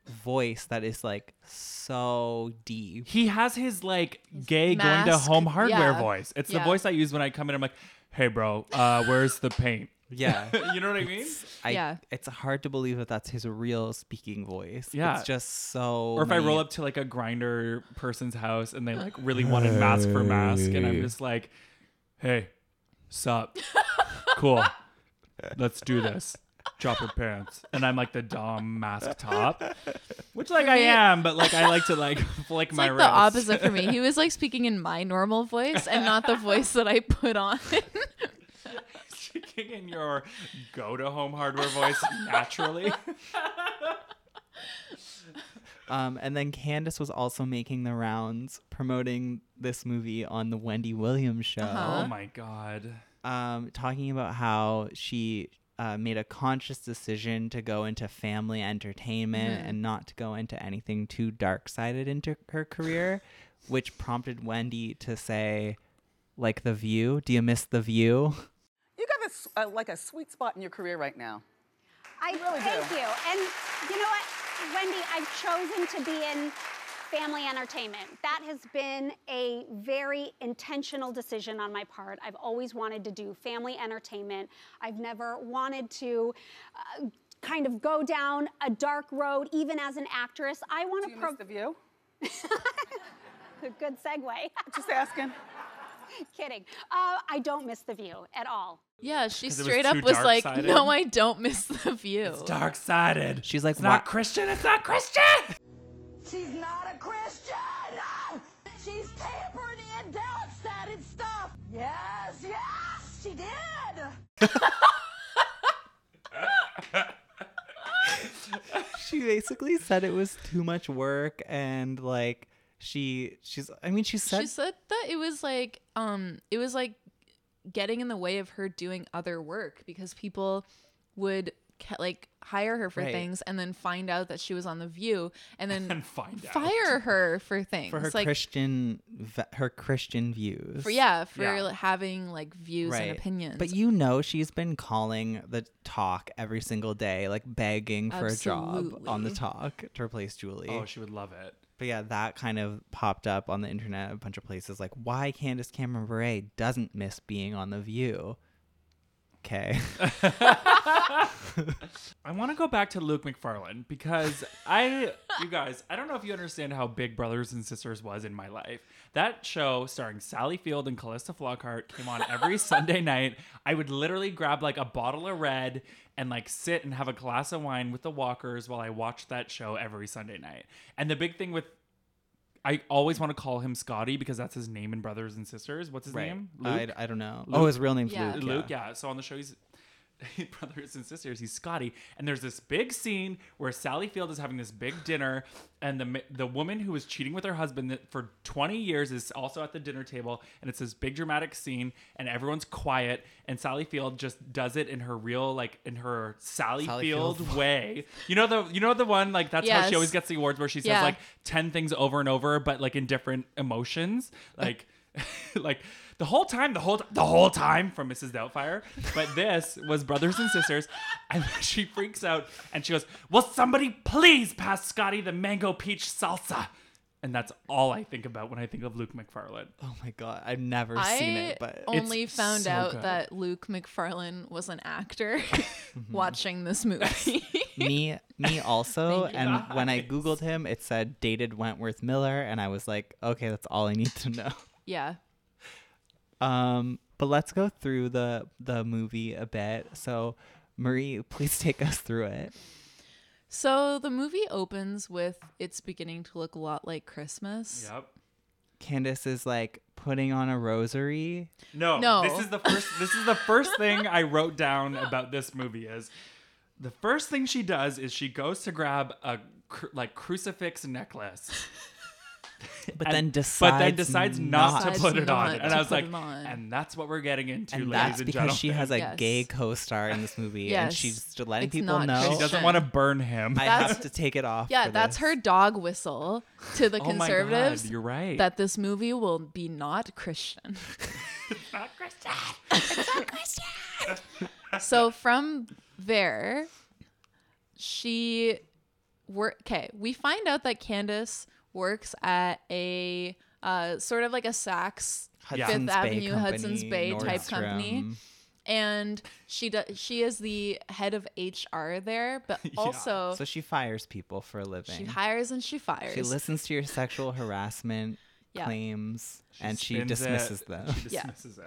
A: voice that is like so deep.
B: He has his like gay going to
C: mask.
B: home hardware
C: Yeah.
B: voice. It's
C: Yeah.
B: the voice I use when I come in. I'm like, hey, bro, uh, where's the paint?
A: Yeah.
B: [laughs] you know what I mean?
A: I,
C: Yeah.
A: It's hard to believe that that's his real speaking voice.
B: Yeah.
A: It's just so
B: Or if I
A: many-
B: roll up to like a grinder person's house and they like really wanted mask for mask, and I'm just like, hey, sup, cool, let's do this. Drop your pants, and I'm like the dom mask top, which like I am, but like I like to like [laughs] flick
C: It's
B: my
C: like
B: wrist. [laughs]
C: the opposite for me. He was like speaking in my normal voice and not the voice that I put on. [laughs]
B: Speaking in your go to home hardware voice
C: [laughs]
B: naturally.
A: Um and then Candace was also making the rounds promoting this movie on the Wendy Williams show.
B: Oh my god.
A: um, talking about how she uh, made a conscious decision to go into family entertainment and not to go into anything too dark sided into her career, which prompted Wendy to say, like The View, do you miss The View? [laughs]
J: You got a s- a, like a sweet spot in your career right now.
G: I
J: really do.
G: thank you. And you know what, Wendy, I've chosen to be in family entertainment. That has been a very intentional decision on my part. I've always wanted to do family entertainment. I've never wanted to uh, kind of go down a dark road, even as an actress. I want
J: Do
G: to
J: you miss the view?
G: [laughs] Good segue.
J: Just asking.
G: [laughs] Kidding. Uh, I don't miss the view at all.
C: yeah, she
B: 'Cause it was
C: straight
B: too
C: up was like,
B: dark-sided.
C: "No, I don't miss the view."
B: Dark sided.
A: She's like,
B: it's not
A: "Why-
B: Christian, it's not Christian.
F: She's not a Christian! She's tampering the adult-sided stuff! Yes, yes, she did!
A: she basically said it was too much work and like she she's I mean she said
C: she said that it was like um it was like getting in the way of her doing other work because people would ca- like hire her for
A: Right.
C: things and then find out that she was on the view and then
B: [laughs] And find out.
C: fire her for things
A: for her
C: like
A: Christian v- her Christian views.
C: for yeah for
B: Yeah.
C: like, having like views and opinions
A: But you know she's been calling the talk every single day, like begging for a job on the
C: Absolutely.
A: talk to replace Julie.
B: Oh, she would love it.
A: but yeah, that kind of popped up on the internet a bunch of places like why Candace Cameron Bure doesn't miss being on The View. Okay.
B: I want to go back to Luke McFarlane because I, you guys, I don't know if you understand how big Brothers and Sisters was in my life. That show starring Sally Field and Callista Flockhart came on every Sunday night. I would literally grab like a bottle of red and like sit and have a glass of wine with the Walkers while I watched that show every Sunday night. And the big thing with, I always want to call him Scotty because that's his name in
A: [laughs] Uh,
B: Brothers and Sisters. What's his name?
A: I, I don't know. Oh, his real name's
C: Yeah.
A: Luke.
B: Luke, yeah. So on the show, he's [laughs] brothers and sisters. He's Scotty, and there's this big scene where Sally Field is having this big dinner, and the ma- the woman who was cheating with her husband that for 20 years is also at the dinner table, and it's this big dramatic scene, and everyone's quiet, and Sally Field just does it in her real like in her Sally,
A: Sally
B: Field,
A: Field.
B: way. You know the you know the one like that's how
C: Yes.
B: she always gets the awards where she says
C: Yeah.
B: like 10 things over and over, but like in different emotions, like. [laughs] like the whole time, the whole t- the whole time from Mrs. Doubtfire. But this was brothers and sisters, [laughs] and she freaks out and she goes, "Will somebody please pass Scotty the mango peach salsa?" And that's all I think about when I think of Luke McFarlane.
A: Oh my god, I've never
C: I
A: seen it, but
C: [laughs] only found
B: so
C: out
B: good.
C: that Luke McFarlane was an
B: [laughs]
C: actor
B: Mm-hmm.
C: watching this movie.
A: me me also. and when I googled him, it said dated Wentworth Miller, and I was like, okay, that's all I need to know.
C: [laughs] yeah.
A: Um, but let's go through the the movie a bit. So, Marie, please [laughs] take us through it.
C: So the movie opens with it's beginning to look a lot like Christmas.
B: Yep.
A: Candace is like putting on a rosary.
B: No,
C: No.
B: This is the first. This is the first thing I wrote down about this movie is the first thing she does is she goes to grab a cru- like crucifix necklace,
A: But
B: and-
A: then decides
B: but then decides not, to
C: Decides
B: put it on.
C: not
B: And
C: to
B: I was
C: put
B: like,
C: it on.
B: and that's what we're getting into,
A: and
B: ladies
A: that's
B: and
A: because
B: gentlemen.
A: she has a
C: Yes.
A: gay co-star in this movie, and
C: Yes.
A: she's just letting
C: It's
A: people
C: not
A: know
B: she doesn't
C: Christian.
B: want to burn him.
A: I have to take it off.
C: Yeah,
A: for
C: that's
A: this."
C: her dog whistle to
B: [laughs]
C: the
B: Oh my God,
C: conservatives.
B: you're right.
C: That this movie will be not
A: [laughs]
C: Christian.
B: Not Christian.
C: so from there, she work. Okay, we find out that Candace works at a uh, sort of like a Saks
A: Hudson's Bay
C: Avenue, Hudson's
A: Company,
C: Bay type company.
A: Nordstrom.
C: and she does. She is the head of HR there,
A: [laughs]
C: but also
A: So she fires people for a living.
C: she hires and she fires.
A: She listens to your sexual harassment
C: Yeah.
A: claims and she
B: spins
A: dismisses
B: it.
A: them.
B: She
C: Yeah.
B: dismisses it.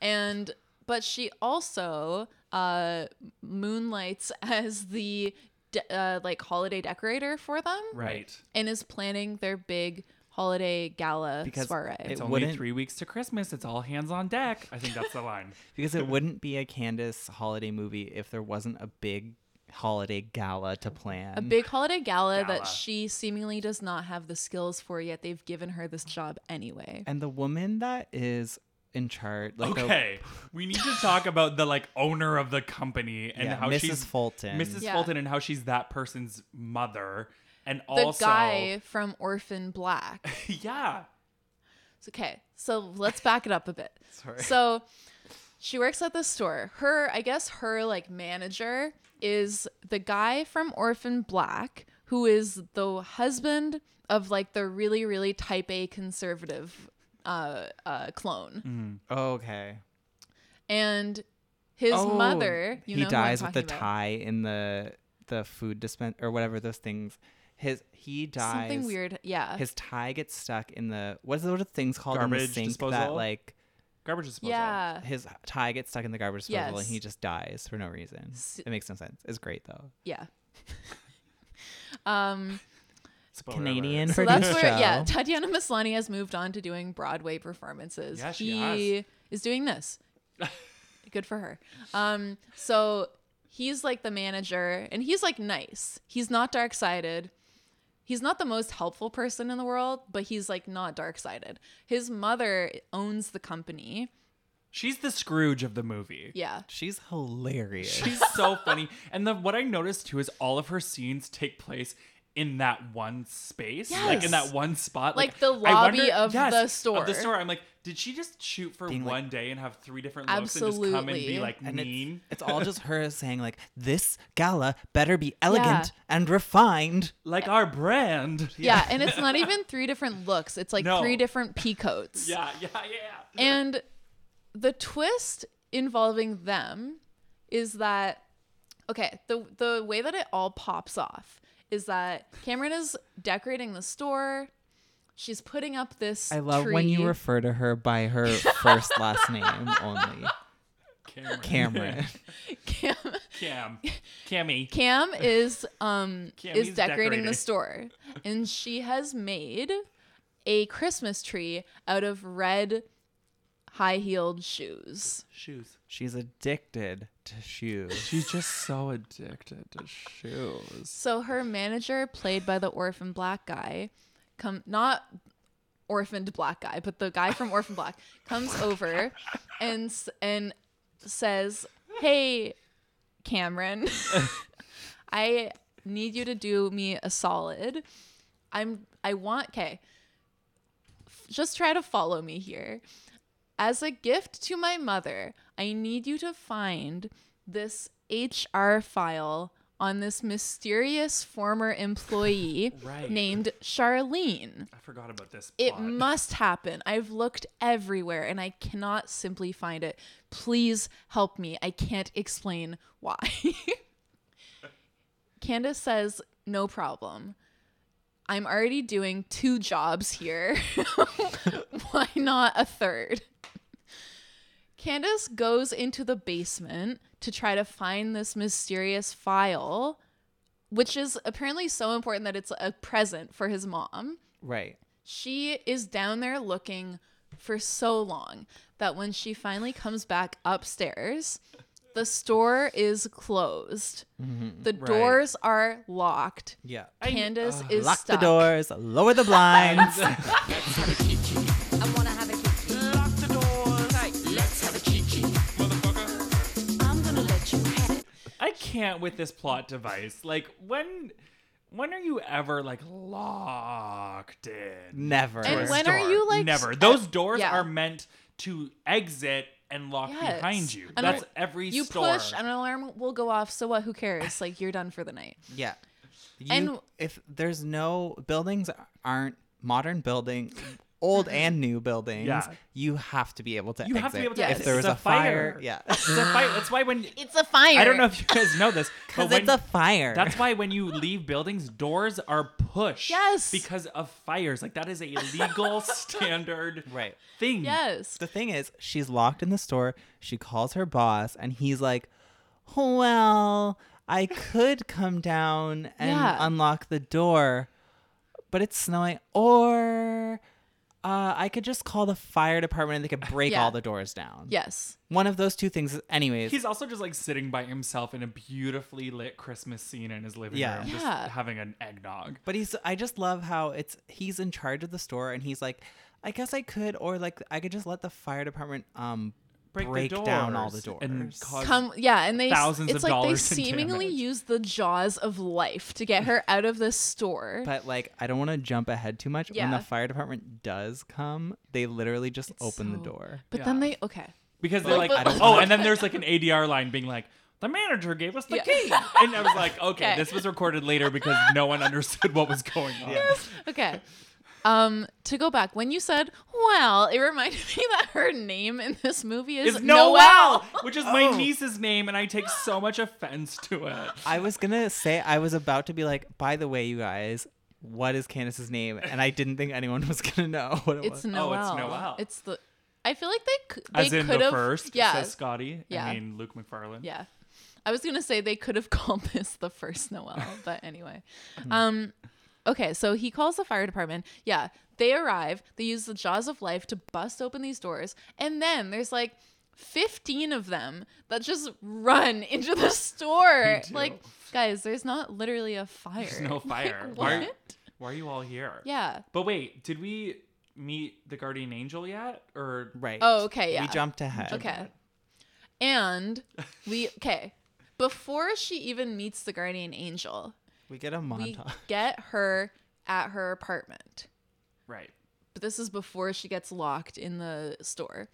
C: and but she also uh moonlights [laughs] as the de- uh, like holiday decorator for them
B: Right.
C: and is planning their big holiday gala
A: Because
C: soiree
A: it-
B: It's only
A: wouldn't-
B: three weeks to Christmas. It's all hands on deck. I think that's the line.
A: Because it wouldn't be a Candace holiday movie if there wasn't a big holiday gala to plan.
C: a big holiday gala,
B: Gala.
C: that she seemingly does not have the skills for yet they've given her this job anyway
A: and the woman that is in charge like the-
B: okay, we need to talk about the like owner of the company and
A: Yeah,
B: how
A: Mrs.
B: she's
A: Fulton.
B: Mrs.
C: Yeah.
B: Fulton, and how she's that person's mother, and
C: the
B: also
C: guy from orphan black
B: [laughs] yeah,
C: It's okay. So let's back it up a bit.
A: [laughs] Sorry.
C: So she works at this store. Her, I guess, her like manager is the guy from Orphan Black, who is the husband of like the really, really type A conservative uh, uh, clone,
A: Mm. Oh, okay.
C: and his mother. You
A: Oh, he
C: know who I'm
A: dies with the
C: talking about.
A: tie in the the food dispense or whatever those things. His he dies.
C: Something weird. Yeah.
A: His tie gets stuck in the what's those things called in
B: Garbage
A: the sink that
B: disposal?
A: like
B: garbage disposal.
C: yeah.
A: his tie gets stuck in the garbage disposal and
C: Uh. Yes.
A: he just dies for no reason. It makes no sense. It's great though.
C: Yeah. [laughs] um.
B: Spoiler alert.
A: Canadian
C: So
A: produced
C: that's where, yeah,
A: show.
C: Tatiana Maslany has moved on to doing Broadway performances.
B: Yeah, she
C: he is
B: [laughs]
C: doing this. Good for her. Um, so he's like the manager, and he's like nice. He's not dark sided. He's not the most helpful person in the world, but he's like not dark sided. His mother owns the company.
B: She's the Scrooge of the movie.
C: Yeah.
A: She's hilarious.
B: She's so funny. And then what I noticed too is all of her scenes take place in that one space, like in
C: Yes.
B: that one spot,
C: Like the
B: I
C: lobby of the
B: Of the
C: store.
B: store, I'm like, did she just shoot for
A: Being like-
B: one day and have three different looks and just come and be
C: Absolutely.
B: like
A: and it's,
B: mean?
A: it's all
B: [laughs]
A: just her saying like this gala better be elegant
C: Yeah.
A: and refined.
B: like our brand.
C: Yeah. and it's not even three different looks, it's like
B: No.
C: three different
B: [laughs]
C: peacoats.
B: yeah, yeah, yeah.
C: And the twist involving them is that okay, the the way that it all pops off is that Cameron is decorating the store. She's putting up this
A: I love when you
C: tree.
A: refer to her by [laughs] her first last name only.
B: Cameron.
A: Cameron.
C: Cam
B: Cam. Cammy.
C: [laughs] Cam is um
B: Cammy's
C: is decorating
B: decorating.
C: the store. And she has made a Christmas tree out of red high heeled shoes.
B: Shoes.
A: [laughs] She's addicted to shoes.
B: She's just so addicted to shoes.
C: So her manager, played by the orphan black guy, come not orphaned black guy, but the guy from Orphan Black comes over and s- and says, "Hey, Cameron, [laughs] I need you to do me a solid. I'm I want okay. Just try to follow me here. As a gift to my mother, I need you to find this HR file on this mysterious former employee
B: Right.
C: named Charlene.
B: I forgot about this.
C: It
B: plot.
C: must happen. I've looked everywhere and I cannot simply find it. Please help me. I can't explain why. [laughs] Candace says, No problem. I'm already doing two jobs here. [laughs] Why not a third? Candace goes into the basement to try to find this mysterious file, which is apparently so important that it's a present for his mom
A: right.
C: she is down there looking for so long that when she finally comes back upstairs, the store is closed.
B: Mm-hmm.
C: The doors are locked.
A: Yeah.
C: Candace is
A: Lock
C: stuck.
A: the doors, lower the [laughs] blinds.
G: I wanna have a kid.
H: Lock the doors. Let's have a chichi.
G: I'm gonna let you have it.
B: I can't with this plot device. Like when when are you ever like locked in?
A: Never.
B: to a
C: And when are
B: store?
C: you, like,
B: never?
C: s-
B: Those doors
C: yeah.
B: are meant to exit and lock
C: Yes.
B: behind you.
C: An
B: That's
C: al-
B: every
C: You
B: store.
C: push, an alarm will go off. So what? Who cares? Like you're done for the night.
A: Yeah. You,
C: And-
A: if there's no buildings aren't modern building,
C: [laughs]
A: old and new buildings,
B: Yeah.
A: you have to be able to
B: you
A: exit.
B: have to be able to.
C: Yes.
A: if there was
B: it's
A: a fire,
C: [laughs]
A: yeah.
B: It's a fire. That's why when
C: It's a fire.
B: I don't know if you guys know this,
C: [laughs]
B: but
A: Cuz
B: when
A: it's a fire. [laughs]
B: That's why when you leave buildings, doors are pushed.
C: Yes.
B: Because of fires. Like that is a
C: [laughs]
B: legal standard
A: Right.
B: thing.
C: Yes.
A: the thing is, she's locked in the store. She calls her boss and he's like, "Well, I could come down and
C: Yeah.
A: unlock the door, but it's snowing or uh, I could just call the fire department and they could break
C: Yeah.
A: all the doors down.
C: Yes.
A: One of those two things anyways.
B: He's also just like sitting by himself in a beautifully lit Christmas scene in his living
A: Yeah.
B: room, just
C: Yeah.
B: having an eggnog.
A: But he's I just love how it's he's in charge of the store and he's like, I guess I could or like I could just let the fire department um break,
B: the
A: down all the doors.
B: doors and cause-
C: Come, yeah, and they
B: Thousands
C: it's
B: of
C: like they
B: dollars in
C: seemingly
B: damage.
C: use the jaws of life to get her out of this store.
A: but like I don't want to jump ahead too much. When
C: Yeah.
A: the fire department does come, they literally just open the
C: so-
A: door.
C: But then they okay.
B: Because they're like,
C: Like, [laughs] but-
B: oh, and then there's like an ADR line being like, the manager gave us the
C: Yeah. [laughs]
B: key. And I was like, okay,
C: Okay.
B: this was recorded later because no one understood what was going on.
C: Okay. Um, to go back, when you said well, it reminded me that her name in this movie is,
B: Is
C: Noel. Oh.
B: Noel, which is my niece's name, and I take so much offense to it.
A: I was gonna say I was about to be like, by the way, you guys, what is Candace's name? And I didn't think anyone was gonna [laughs] know what it
C: It's
A: was.
C: Noel.
B: Oh, Noel.
C: It's the. I feel like they could. They
B: As in
C: could
B: the
C: have,
B: first,
C: Yeah.
B: says Scotty.
C: Yeah.
B: I mean Luke McFarlane.
C: Yeah. I was gonna say they could have [laughs] called this the first Noel, but anyway.
B: Hmm.
C: Um okay, so he calls the fire department. Yeah. They arrive, they use the jaws of life to bust open these doors, and then there's like 15 of them that just run [laughs] into the store.
B: do.
C: Like, guys, there's not literally a fire.
B: There's no fire.
C: [laughs] Like,
B: why, are,
C: what?
B: why are you all here?
C: Yeah.
B: But wait, did we meet the guardian angel yet? Or
A: Right.
C: Oh, okay, yeah.
A: We jumped ahead.
C: Okay. And we okay. Before she even meets the guardian angel,
A: We get a [laughs]
C: we
A: montage.
C: get her at her apartment.
B: right?
C: But this is before she gets locked in the store.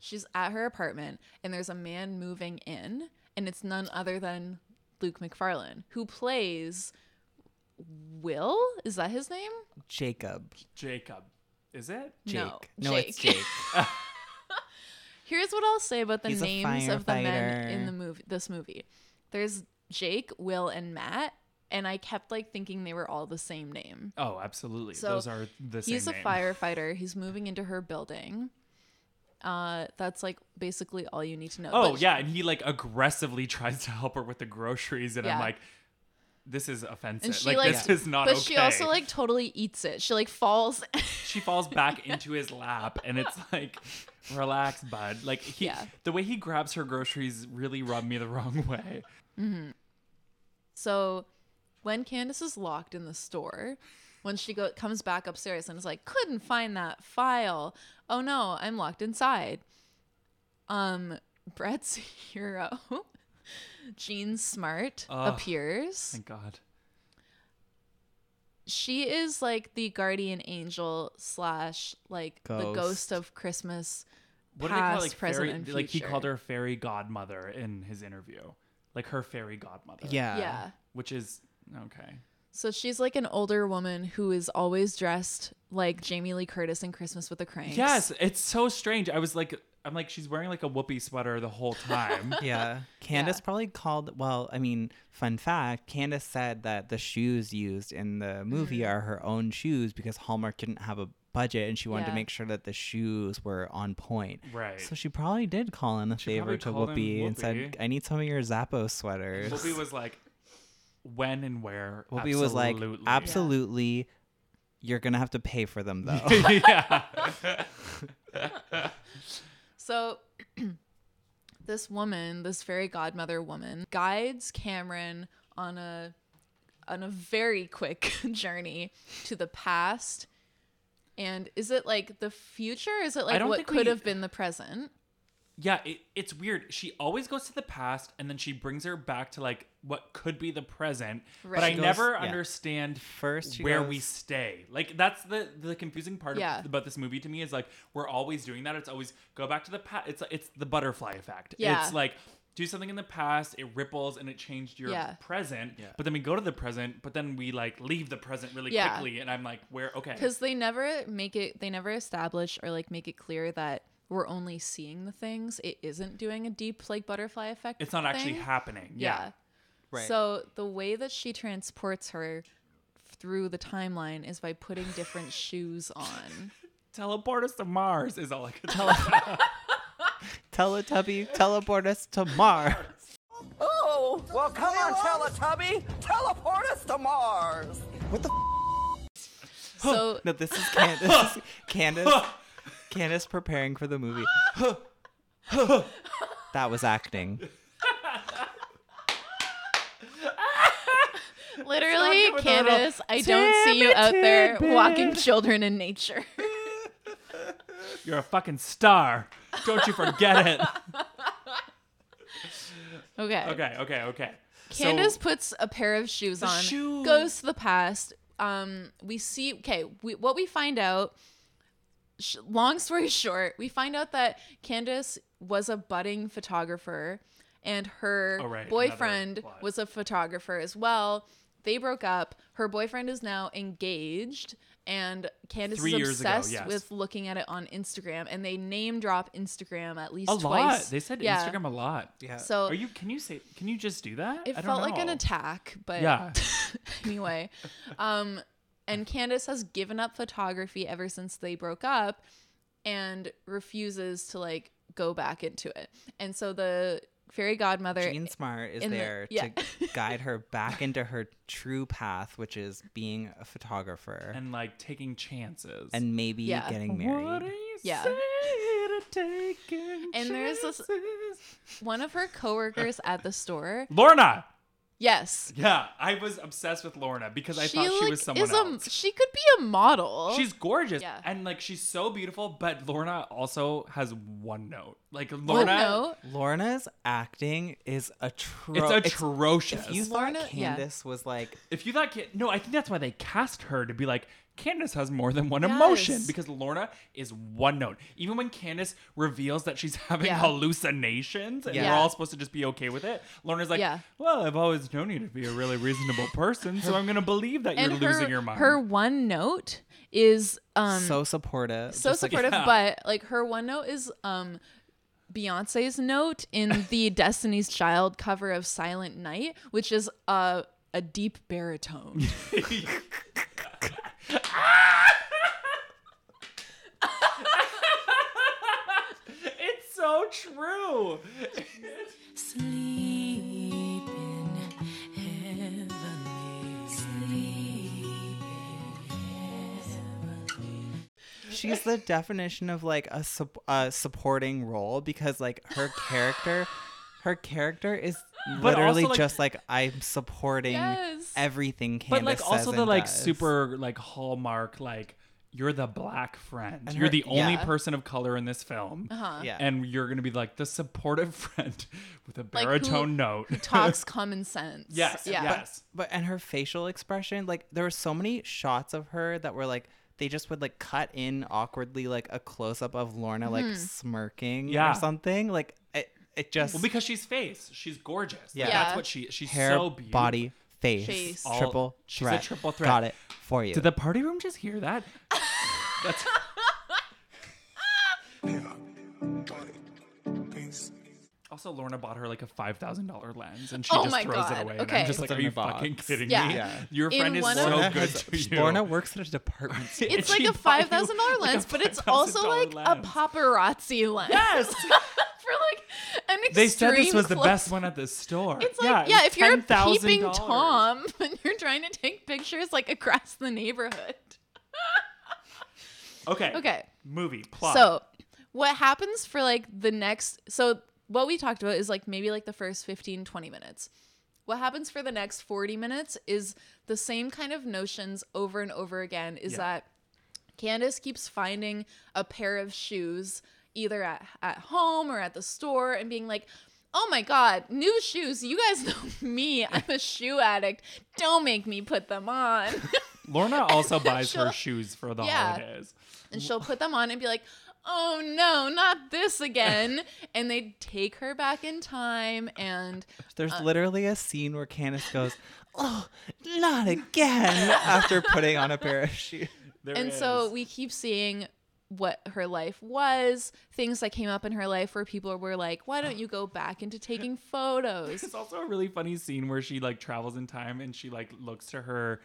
C: She's at her apartment and there's a man moving in and it's none other than Luke McFarlane who plays Will? Is that his name?
A: Jacob.
B: Jacob, is it?
A: Jake.
C: No,
A: no, it's
C: Jake.
A: Jake.
C: [laughs] Here's what I'll say about the
A: He's a
C: names of the men
A: firefighter.
C: in the movie this movie. There's Jake, Will, and Matt, and I kept like thinking they were all the same name.
B: Oh, absolutely.
C: So
B: Those are the same.
C: he's a
B: name.
C: firefighter. He's moving into her building. Uh, that's like basically all you need to know.
B: Oh [laughs]
C: But-
B: yeah, and he like aggressively tries to help her with the groceries, and I'm
C: Yeah.
B: like, this is offensive.
C: And she
B: like,
C: like,
B: this is not
C: but
B: okay.
C: she also like totally eats it. She like falls. [laughs]
B: she falls back into his lap and it's like relax bud like he
C: Yeah.
B: the way he grabs her groceries really rubbed me the wrong [laughs] way
C: Mhm. So when Candace is locked in the store, when she go- comes back upstairs and is like, couldn't find that file. Oh no, I'm locked inside. Um, Brett's [laughs] hero, Jean Smart,
B: Ugh,
C: appears.
B: thank god
C: She is like the guardian angel slash like the
B: Ghost.
C: ghost of Christmas.
B: what do
C: past,
B: they call like
C: present,
B: fairy
C: and future.
B: like he called her fairy godmother in his interview like her fairy godmother
C: Yeah. Yeah. [laughs]
B: which is okay
C: So she's like an older woman who is always dressed like Jamie Lee Curtis in Christmas with the Cranks.
B: yes it's so strange i was like i'm like she's wearing like a whoopee sweater the
A: [laughs]
B: whole time
A: yeah. Candace probably called. Well, I mean, fun fact Candace said that the shoes used in the movie
B: Mhm.
A: are her own shoes because Hallmark didn't have a budget and she wanted to
B: Yeah.
A: make sure that the shoes were on point.
B: Right.
A: So she probably did call in a favor
B: probably
A: to
B: called in
A: Whoopi, and said,
B: Whoopi.
A: I need some of your Zappo sweaters.
B: whoopee was like when and where
A: Whoopi was like,
B: Absolutely. [laughs]
A: absolutely. You're gonna have to pay for them though.
B: [laughs]
A: [laughs]
B: yeah
C: So [clears throat] this woman, this fairy godmother woman, guides Cameron on a on a very quick [laughs] journey to the past. And is it like the future? Is it like
B: don't
C: what
B: think
C: could
B: we-
C: have been the present?
B: Yeah, it, it's weird. She always goes to the past and then she brings her back to like what could be the present.
C: Right.
B: But I
C: She goes-
B: never
C: yeah.
B: understand
A: first
C: she
B: where
C: goes-
B: we stay. Like that's the the confusing part
C: Yeah.
B: of, about this movie to me is like we're always doing that. It's always go back to the past. It's it's the butterfly effect.
C: Yeah.
B: It's like do something in the past, it ripples and it changed your
C: Yeah.
B: present. But then we go to the present, but then we like leave the present really
C: Yeah.
B: quickly and I'm like, where okay.
C: Because they never make it, they never establish or like make it clear that we're only seeing the things. It isn't doing a deep like butterfly effect.
B: It's not actually
C: thing.
B: happening. Yeah. Right.
C: So the way that she transports her through the timeline is by putting
B: [laughs]
C: different shoes on.
B: Teleport us to Mars is all I
C: [laughs]
B: could tell.
A: Teletubby, teleport us to Mars.
K: Oh, well, come on, Teletubby. Teleport us to Mars. What the
C: So
A: no, this is Candace.
C: [laughs]
A: this is Candace. Candace preparing for the movie. that was acting.
C: Literally,
K: Stop it with the little
C: Candace, I don't see you out there
K: tidbit.
C: walking children in nature. [laughs]
B: You're a fucking star. Don't you forget
C: [laughs]
B: it.
C: Okay.
B: Okay, okay, okay. So-
C: Candace puts a pair of shoes
B: The
C: on,
B: shoes.
C: goes to the past. Um, we see, okay, we, what we find out, sh- long story [laughs] short, we find out that Candace was a budding photographer and her
K: Oh, right, another
C: boyfriend
K: plot.
C: was a photographer as well. They broke up. Her boyfriend is now engaged, and Candace
B: Three
C: is
B: years ago,
C: obsessed
B: yes.
C: with looking at it on Instagram. And they name drop Instagram at least
B: a
C: twice.
B: lot. They said
C: Yeah.
B: Instagram a lot. Yeah.
C: So-
B: are you? Can you say? Can you just do that?
C: It
B: I don't
C: felt like an
B: know.
C: attack, but [laughs]
B: Yeah.
C: anyway. Um, and Candace has given up photography ever since they broke up and refuses to like go back into it. And so the fairy godmother
A: Jean Smart is
C: in the-
A: there
C: yeah. [laughs]
A: to guide her back into her true path, which is being a photographer
B: and like taking chances
A: and maybe
C: Yeah.
A: getting married.
C: yeah. And there's this one of her coworkers at the store.
B: Lorna.
C: Yes.
B: Yeah, I was obsessed with Lorna because I thought she
C: like,
B: was someone
C: is a-
B: else.
C: she could be a model.
B: She's gorgeous
C: Yeah.
B: and like she's so beautiful, but Lorna also has one note. Like Lorna,
C: note?
A: Lorna's acting is atro-
B: It's atrocious.
A: If you thought
C: Lorna- yeah.
A: Candace was like,
B: If you thought, Ca- no, I think that's why they cast her to be like, Candace has more than one emotion
C: Yes.
B: because Lorna is one note. Even when Candace reveals that she's [laughs] having
C: Yeah.
B: hallucinations and
C: Yeah.
B: we're all supposed to just be okay with it, Lorna's like,
C: Yeah.
B: well, I've always known you to be a really reasonable person, so I'm going to believe that you're
C: and
B: losing
C: her,
B: your mind.
C: Her one note is um
A: so supportive,
C: so
A: just like-
C: supportive but like her one note is um beyonce's note in
B: [laughs]
C: the destiny's child cover of silent night which is a a deep
B: [laughs]
C: baritone
B: [laughs] it's so true.
K: Sleeping heavenly
A: she's the definition of like a, sup- a supporting role because like her
B: [gasps]
A: character her character is
B: But also,
A: literally
B: like-
A: just like i'm supporting
B: Yes.
A: everything Candace
B: but like also
A: says
B: the
A: and
B: like
A: does.
B: super like hallmark like you're the black friend.
A: And
B: you're
A: her-
B: the only
A: yeah.
B: person of color in this film.
C: Uh-huh. Yeah.
B: And you're gonna be like the supportive [laughs] friend with a
C: Like, who-
B: baritone note.
C: who talks common sense.
B: Yes,
C: Yeah.
B: yes.
A: but and her facial expression like there were so many shots of her that were like they just would like cut in awkwardly like a close up of Lorna like
B: Mhm.
A: smirking
B: Yeah.
A: or something like it, it just
B: well, because she's face. She's gorgeous. Yeah.
A: Yeah.
B: That's what she she's
A: hair
B: so beautiful.
A: body face,
B: Face. All-
A: triple
B: she's a
A: threat.
B: triple threat.
A: got it for you
B: Did the party room just hear that? That's Also, Lorna bought her like a five thousand dollar lens, and she
C: Oh
B: just
C: my
B: throws it
C: God,
B: away. And I'm
C: okay.
B: just like,
A: It's in
B: are you
A: the box.
B: fucking kidding
C: Yeah.
B: me?
C: Yeah.
B: Your
C: In
B: friend is
C: one
B: so
C: of- Lorna
B: good
A: has-
B: to you.
A: Lorna works at a
C: [laughs]
A: department store.
C: It's
B: She bought
C: like a
B: you,
C: five thousand dollar
B: like, a
C: lens, but it's also
B: $5,000
C: like a paparazzi lens.
B: Yes.
C: [laughs] for like an extreme.
B: They said this was the
C: close-
B: best one at the store.
C: It's like yeah,
B: it's
C: if you're a
B: $10,000.
C: peeping tom [laughs] and you're trying to take pictures like across the neighborhood.
B: Okay.
C: Okay.
B: Movie plot.
C: So, what happens for like the next so what we talked about is like maybe like the first 15 20 minutes. What happens for the next 40 minutes is the same kind of notions over and over again is
L: Yeah.
C: that Candace keeps finding a pair of shoes either at, at home or at the store and being like, oh my God, new shoes. You guys [laughs] know me. I'm a shoe addict. Don't make me put them on. [laughs]
B: Lorna also buys her
C: She'll-
B: shoes for the
C: Yeah.
B: holidays.
C: and she'll put them on and be like, "Oh no, not this again!" and they take her back in time. And
A: There's
C: uh,
A: literally a scene where
C: [laughs]
A: Candace goes, "Oh, not again!" after putting on a pair of shoes.
C: and so we keep seeing what her life was, things that came up in her life where people were like, "Why don't you go back into taking
B: [laughs]
C: photos?"
B: It's also a really funny scene where she like travels in time and she like looks to her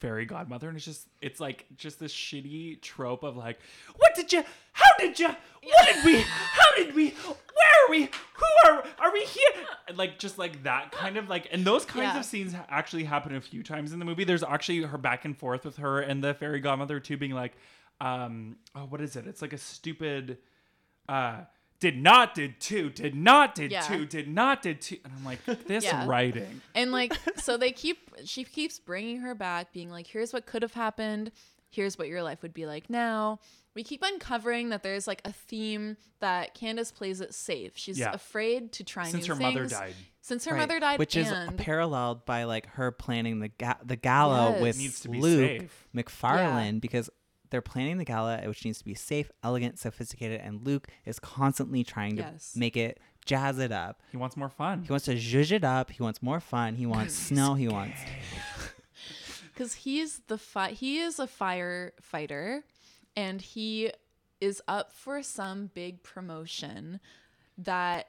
B: fairy godmother and it's just it's like just this shitty trope of like what did you how did you what did we how did we where are we who are are we here and like just like that kind of like and those kinds
C: Yeah.
B: of scenes ha- actually happen a few times in the movie there's actually her back and forth with her and the fairy godmother too being like um oh what is it it's like a stupid uh did not did two did not did
C: Yeah.
B: two did not did two and i'm like this
C: Yeah.
B: writing
C: And
B: [laughs]
C: like, so they keep, she keeps bringing her back, being like, here's what could have happened. Here's what your life would be like now. We keep uncovering that there's like a theme that Candace plays it safe. She's
A: Yeah.
C: afraid to try
B: Since
C: new
B: her mother
C: things.
B: died.
C: Since her
A: Right,
C: mother died,
A: which is
C: and
A: paralleled by like her planning the ga- the gala
C: Yes.
A: with
C: Needs to
B: be
A: Luke
B: safe.
A: McFarlane because they're planning the gala, which needs to be safe, elegant, sophisticated, and Luke is constantly trying to
B: Yes.
A: make it jazz it up.
B: He wants more fun.
A: He wants to zhuzh it up. He wants more fun. He wants snow. He wants
C: because he's the fi- he is a firefighter, and he is up for some big promotion that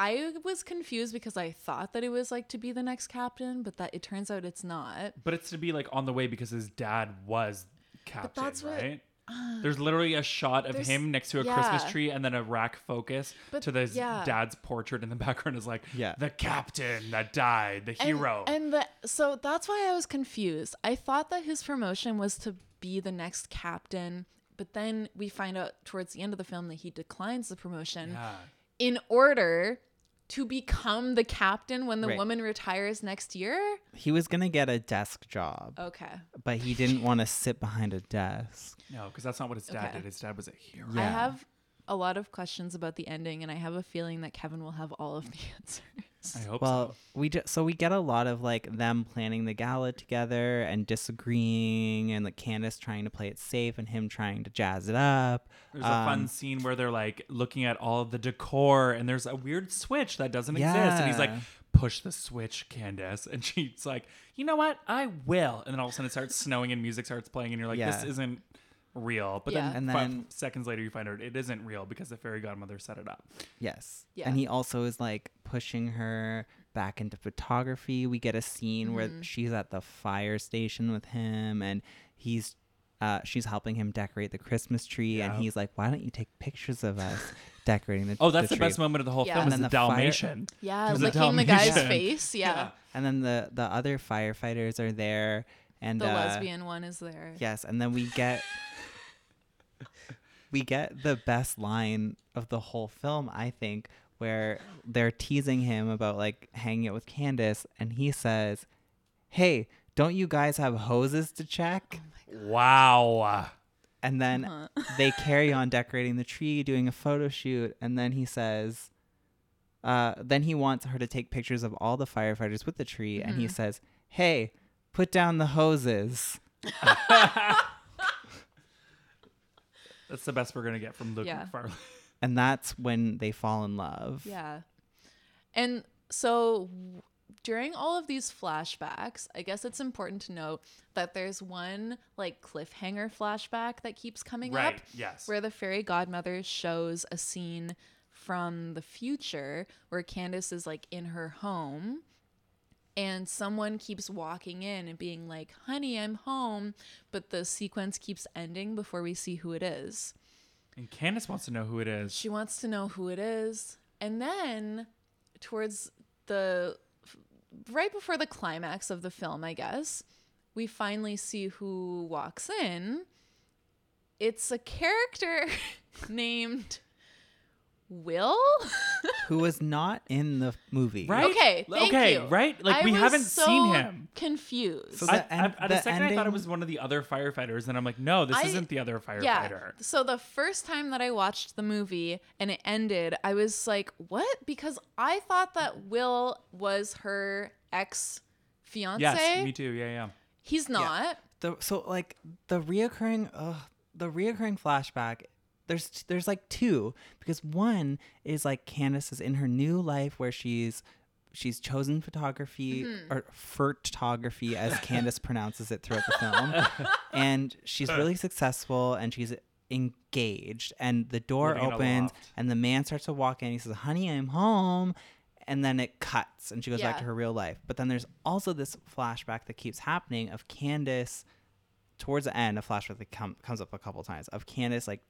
C: I was confused because I thought that it was like to be the next captain, but that it turns out it's not.
B: but it's to be like on the way because his dad was captain
C: that's what-
B: right
C: Uh,
B: there's literally a shot of
C: there's-
B: him next to a
C: yeah.
B: christmas tree and then a rack focus
C: But-
B: to his
C: yeah.
B: dad's portrait in the [laughs] background is like the captain that died the
C: And-
B: hero
C: And, the, so that's why I was confused. I thought that his promotion was to be the next captain, but then we find out towards the end of the film that he declines the promotion
L: Yeah.
C: in order to become the captain when the
A: Right.
C: woman retires next year.
A: he was gonna get a desk job.
C: Okay.
A: But he didn't want to sit behind a desk.
B: no because that's not what his dad
C: Okay.
B: did his dad was a hero
C: I have a lot of questions about the ending, and I have a feeling that Kevin will have all of the [laughs] answers.
A: well, we just so we get a lot of like them planning the gala together and disagreeing, and like Candace trying to play it safe and him trying to jazz it up.
B: There's a fun
A: Um,
B: scene where they're like looking at all of the decor, and there's a weird switch that doesn't exist. And he's like,
A: Yeah.
B: push the switch, Candace. [laughs] And she's like, you know what? I will. And then all of a sudden it starts snowing and music starts playing, and you're like, this
A: Yeah.
B: isn't real. But
A: Yeah.
B: then,
A: And
B: five
A: then-
B: seconds later, you find out it isn't real because the fairy godmother set it up.
A: Yes.
B: Yeah.
A: And he also is like pushing her back into photography. We get a scene where
B: Mhm.
A: she's at the fire station with him and he's uh, she's helping him decorate the Christmas tree
B: Yeah.
A: and he's like, Why don't you take pictures of us decorating the
B: Oh, that's the
A: tree?"
B: best moment of the whole Yeah. film
A: And
B: is
A: then
B: the
A: fire-
B: Dalmatian.
C: Yeah,
B: There's a
C: licking the guy's
B: Dalmatian.
C: face, yeah. Yeah.
A: And then the the other firefighters are there and
C: the
A: uh,
C: lesbian one is there.
A: Yes, and then we get we get the best line of the whole film, I think, where they're teasing him about like hanging out with Candace, and he says, "Hey, don't you guys have hoses to check?"
B: Wow.
A: And then they carry on decorating the tree, doing a photo shoot, and then he says, uh, then he wants her to take pictures of all the firefighters with the tree, and he
B: Mhm.
A: says, "Hey, put down the hoses."
B: That's the best we're gonna get from Luke
C: Yeah.
B: McFarlane.
A: and that's when they fall in love.
C: Yeah. And so w- during all of these flashbacks, I guess it's important to note that there's one like cliffhanger flashback that keeps coming
B: [laughs] Right,
C: up.
B: yes.
C: Where the fairy godmother shows a scene from the future where Candace is like in her home and someone keeps walking in and being like, honey, I'm home. But the sequence keeps ending before we see who it is.
B: And Candace wants to know who it is.
C: She wants to know who it is. And then, towards the right before the climax of the film, I guess, we finally see who walks in. It's a character [laughs] named Will. [laughs]
A: Who was not in the movie.
C: Okay. Thank
B: okay,
C: you.
B: right? Like,
C: I
B: we
C: was
B: haven't
C: so
B: seen him.
C: Confused.
B: I, I- at a second, I thought it was one of the other firefighters, and I'm like, no, this
C: I-
B: isn't the other firefighter.
C: Yeah. So the first time that I watched the movie and it ended, I was like, "What?" Because I thought that Will was her ex fiance.
B: Yes, me too. Yeah, yeah.
C: He's not.
A: The, so like the reoccurring, uh, the reoccurring flashback. There's there's like two because one is like Candace is in her new life where she's she's chosen photography
B: Mhm.
A: or photography as Candace pronounces it throughout the film, and she's really successful and she's engaged and the door
B: Living in a
A: opens
B: loft.
A: and the man starts to walk in he says honey i'm home and then it cuts and she goes back
B: Yeah.
A: to her real life but then there's also this flashback that keeps happening of candace towards the end a flashback that com- comes up a couple times of candace like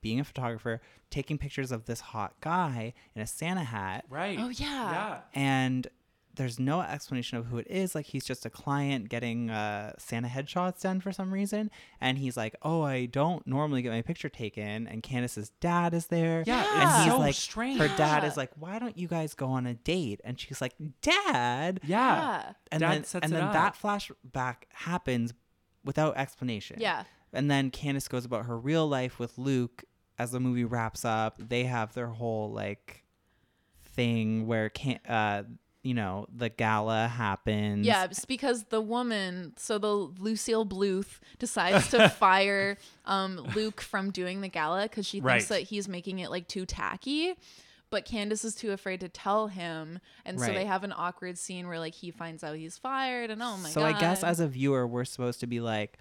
A: being a photographer taking pictures of this hot guy in a santa hat
B: Right.
C: Oh, yeah. Yeah.
A: and there's no explanation of who it is. Like he's just a client getting uh, Santa headshots done for some reason, and he's like, "Oh, I don't normally get my picture taken." And Candace's dad is there.
B: Yeah, it's
A: and he's
B: so
A: like,
B: strange.
A: Her dad
B: Yeah.
A: is like, "Why don't you guys go on a date?" And she's like, "Dad."
B: Yeah. Yeah.
A: And
B: Dad
A: then
B: sets
A: and
B: it
A: then
B: up.
A: that flashback happens without explanation.
C: Yeah.
A: And then Candace goes about her real life with Luke. As the movie wraps up, they have their whole like thing where can uh you know the gala happens
C: Yeah, it's because the woman, so the Lucille Bluth decides
A: [laughs]
C: to fire um, Luke from doing the gala because she
A: Right.
C: thinks that he's making it like too tacky. But Candace is too afraid to tell him, and so they
A: Right.
C: have an awkward scene where like he finds out he's fired, and oh my
A: so
C: god!
A: i guess as a viewer we're supposed to be like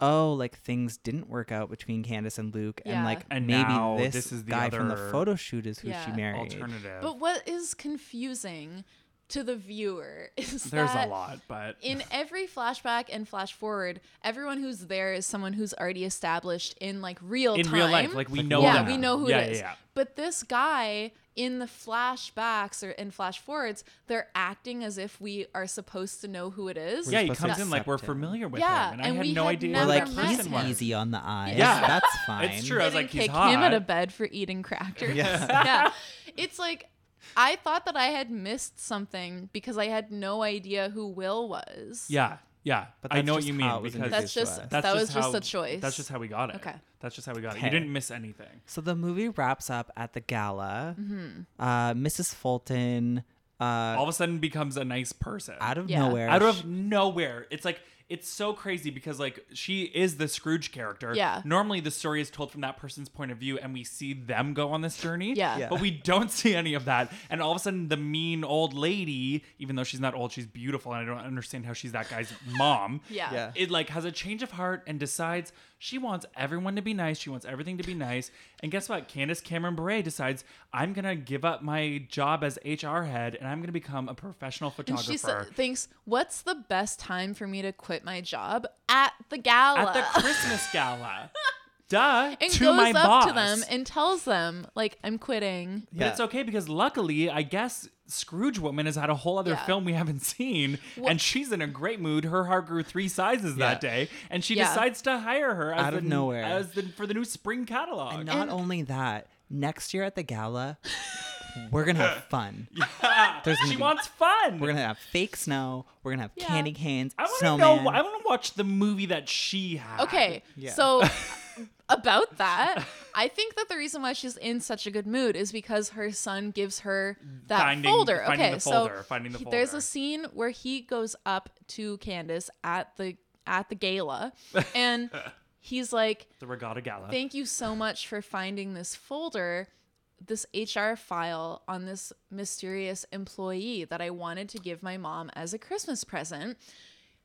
A: oh like things didn't work out between candace and luke
C: Yeah.
A: and like
B: And
A: maybe
B: now
A: this,
B: this is the
A: guy from the
B: other
A: photo shoot is who she
C: Yeah.
A: married
B: Alternative.
C: But what is confusing to the viewer [laughs] is
B: There's a
C: that
B: lot, but-
C: in every flashback and flash forward, everyone who's there is someone who's already established in like real
B: In
C: time.
B: real life, like, we Like, know
C: Yeah,
B: them.
C: we know who
B: Yeah,
C: it is.
B: yeah, yeah.
C: But this guy in the flashbacks or in flash forwards, they're acting as if we are supposed to know who it is.
B: yeah, he comes
C: That-
B: in like we're familiar with
C: Yeah,
B: him, and I
C: and
B: had
C: we
B: no
C: had
B: idea.
A: or
C: never
A: like
C: met
A: he's
C: him. Yeah.
A: easy on the eyes
B: Yeah.
A: that's
B: It's
A: fine
B: true. I was
C: They
B: like,
C: didn't
B: he's
C: kick him out
B: hot.
C: of bed for eating crackers.
A: Yeah.
C: [laughs] yeah. It's like I thought that I had missed something because I had no idea who Will was.
B: Yeah, yeah.
A: But
B: I
A: that's
B: know what
A: just
B: you
A: how
B: mean
A: it was
B: because
C: That's introduced to just- us. that was just
B: how-
C: a choice.
B: That's just how we got it.
C: Okay.
B: That's just how we got it.
A: Okay.
B: You didn't miss anything.
A: So the movie wraps up at the gala.
C: Mhm.
A: Uh, Mrs. Fulton, uh,
B: All of a sudden, becomes a nice person
A: out of nowhere,
B: Out
A: sh-
B: of nowhere, it's like it's so crazy because like she is the Scrooge character.
C: Yeah.
B: Normally, the story is told from that person's point of view, and we see them go on this journey.
C: Yeah. Yeah.
B: But we don't [laughs] see any of that, and all of a sudden, the mean old lady, even though she's not old, she's beautiful, and I don't understand how she's that
C: [laughs]
B: guy's mom.
C: Yeah. Yeah.
B: It like has a change of heart and decides she wants everyone to be nice. She wants everything to be nice. And guess what? Candace Cameron Bure decides I'm gonna give up my job as HR head and I'm gonna become a professional
C: And
B: photographer.
C: she sa- thinks, "What's the best time for me to quit my job at the gala?" [laughs]
B: at the Christmas gala. Duh.
C: and
B: to
C: goes
B: my
C: up
B: boss.
C: to them and tells them, "Like I'm quitting."
B: But it's okay because luckily, I guess Scrooge woman has had a whole other
C: Yeah.
B: film we haven't seen,
C: Well-
B: and she's in a great mood. Her heart grew three sizes that day, and she
A: Yeah.
B: decides to hire her as
A: Out of
B: the-
A: nowhere.
B: as the, for the new spring catalog.
A: And not only that, next year at the
C: [laughs]
A: gala, we're gonna
B: [laughs]
A: have fun. There's gonna
B: she
A: be-
B: wants fun.
A: We're gonna have fake snow. We're gonna have candy canes.
B: I want to
A: snowman.
B: know. I want to watch the movie that she had.
C: Okay,
B: [laughs]
C: so about that, I think that the reason why she's in such a good mood is because her son gives her that
B: Finding-
C: folder.
B: finding
C: okay,
B: the folder,
C: so
B: finding the
C: he- there's
B: folder.
C: a scene where he goes up to Candace at the at
B: [laughs]
C: the gala, and he's like,
B: the Regatta Gala.
C: Thank you so much for finding this folder, this HR file on this mysterious employee that I wanted to give my mom as a Christmas present.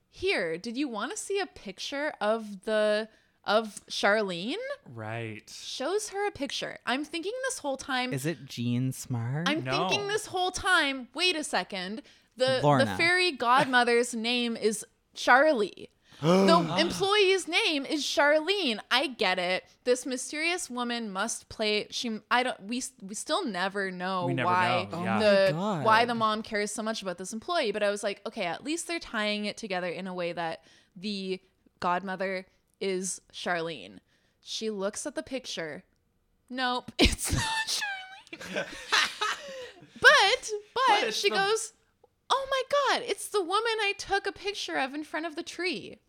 C: Here, did you want to see a picture of the of Charlene?
B: Right.
C: Shows her a picture. I'm thinking this whole time
A: Is it Jean Smart?
C: I'm thinking this whole time, wait a second. The the
A: Lorna.
L: [laughs]
C: fairy godmother's name is Charlie.
L: [gasps]
C: the [gasps] employee's name is Charlene. I get it. This mysterious woman must play. She. I don't. We. We still never know
L: We never
C: why
L: know, yeah.
C: the
L: Oh my God.
C: why the mom cares so much about this employee. But I was like, okay, at least they're tying it together in a way that the godmother is Charlene. She looks at the picture. Nope, [laughs] it's not
B: [laughs]
C: Charlene. but but
L: But it's
C: she
L: the-
C: goes. Oh my god, it's the woman I took a picture of in front of the tree.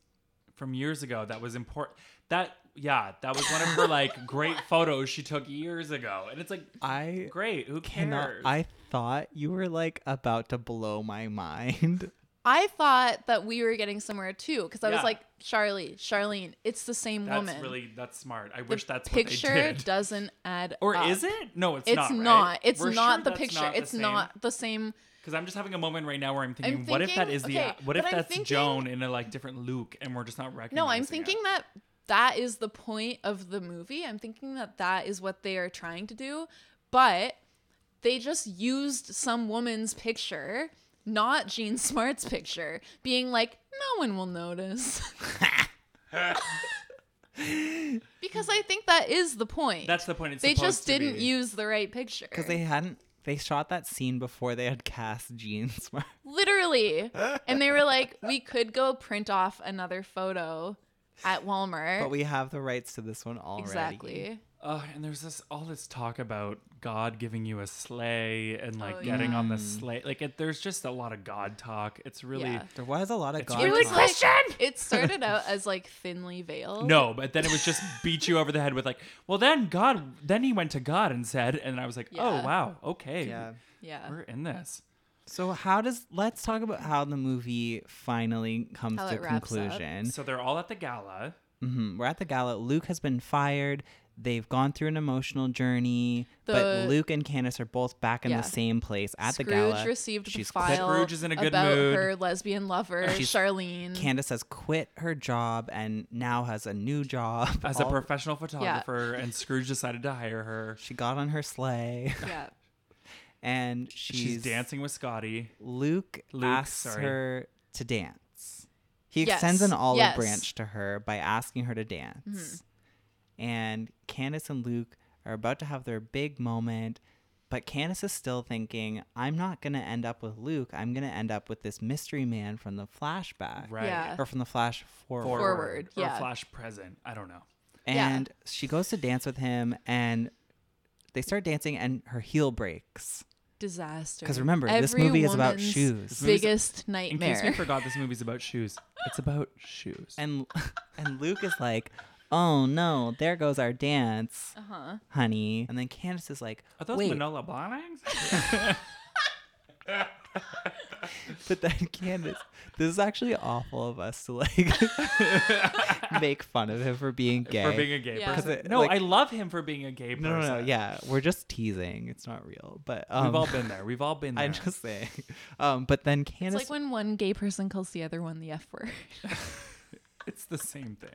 B: from years ago that was important. That yeah, that was one of her like great photos she took years ago, and it's like
A: I
B: great. Who
A: Cannot.
B: cares?
A: I thought you were like about to blow my
C: [laughs]
A: mind.
C: I thought that we were getting somewhere too, because I
B: Yeah.
C: was like, Charlie, Charlene, it's the same
B: that's
C: woman.
B: really that's smart. I wish that's
C: picture
B: what they did.
C: doesn't add
B: Or
C: up.
B: is it? No, it's
C: it's
B: not, right?
C: It's
B: We're
C: not
B: sure
C: the
B: that's
C: picture.
B: not the
C: it's not the same.
B: Because I'm just having a moment right now where I'm thinking,
C: I'm
B: what if that
C: thinking-
B: is the uh,
C: okay,
B: what if
C: but I'm
B: that's
C: thinking-
B: Joan in a like different Luke, and we're just not recognizing.
C: No, I'm
B: it?
C: thinking that that is the point of the movie. I'm thinking that that is what they are trying to do, but they just used some woman's picture, not Jean Smart's picture, being like, no one will notice.
B: [laughs]
C: [laughs] because I think that is the point.
B: That's the point it's
C: they just
B: supposed to
C: didn't
B: be.
C: use the right picture.
A: Because they hadn't. They shot that scene before they had cast Jean Smart.
B: [laughs]
C: Literally. And they were like, we could go print off another photo at Walmart.
A: But we have the rights to this one already.
C: Exactly.
B: Oh, and there's this all this talk about God giving you a sleigh and like
C: Oh,
B: getting
C: yeah.
B: on the
A: Mm.
B: sleigh. Like it, there's just a lot of God talk. It's really
C: Yeah.
A: There was a lot of
B: It's
A: God.
B: really
A: talk.
B: like-
C: [laughs] It started out as like thinly veiled.
B: No, but then it was just beat you over the head with like, well, then God, then he went to God and said, and I was like, oh
C: Yeah.
B: wow, okay,
A: Yeah.
C: Yeah.
B: we're in this.
A: So how does let's talk about how the movie finally comes
C: How
A: to
C: it wraps up.
A: conclusion.
B: So they're all at the gala.
A: hmm We're at the gala. Luke has been fired. They've gone through an emotional journey,
C: The-
A: but Luke and Candace are both back in
C: Yeah.
A: the same place at
C: Scrooge
A: the gala.
C: received
A: She's
C: the
A: quit-
C: file
B: Scrooge is in a good
C: about
B: mood.
C: her lesbian lover,
A: She's-
C: Charlene.
A: Candace has quit her job and now has a new job
B: As a
A: All-
B: professional photographer, and Scrooge decided to hire her.
A: She got on her
B: [laughs]
A: sleigh
C: yeah.
A: and she's,
B: She's, dancing with Scotty.
A: Luke,
B: Luke,
A: asks
B: sorry.
A: her to dance. He
C: Yes,
A: extends an olive
C: yes.
A: branch to her by asking her to dance.
C: Mm-hmm.
A: And Candace and Luke are about to have their big moment, but Candace is still thinking, I'm not going to end up with Luke. I'm going to end up with this mystery man from the flashback.
B: Right. Yeah.
A: Or from the flash forward.
C: Forward,
B: or
C: yeah.
B: flash present. I don't know.
C: Yeah.
A: And she goes to dance with him, and they start dancing, and her heel breaks.
C: Disaster.
A: 'Cause remember, this movie is about
C: woman's
A: shoes. This movie's-
C: Biggest
B: In case we
C: nightmare.
B: forgot, this movie's about shoes. It's about shoes.
A: and [laughs] and Luke is like, "Oh no, there goes our dance,
C: Uh-huh.
A: honey." And then Candace is like,
B: Are those
A: "Wait,"
B: Manola Blahniks?
A: but then [laughs] Candace, this is actually awful of us to
B: [laughs]
A: like make fun of him for being gay.
B: For being a gay
A: Yeah. 'Cause
B: person.
A: it,
B: no,
A: like-
B: I love him for being a gay person.
A: No, no, no. Yeah, we're just teasing. It's not real, but um,
B: We've all been there. We've all been there.
A: [laughs] I'm just saying. Um, but then
C: It's
A: Candace,
C: like when one gay person calls the other one the F word.
B: It's the same thing.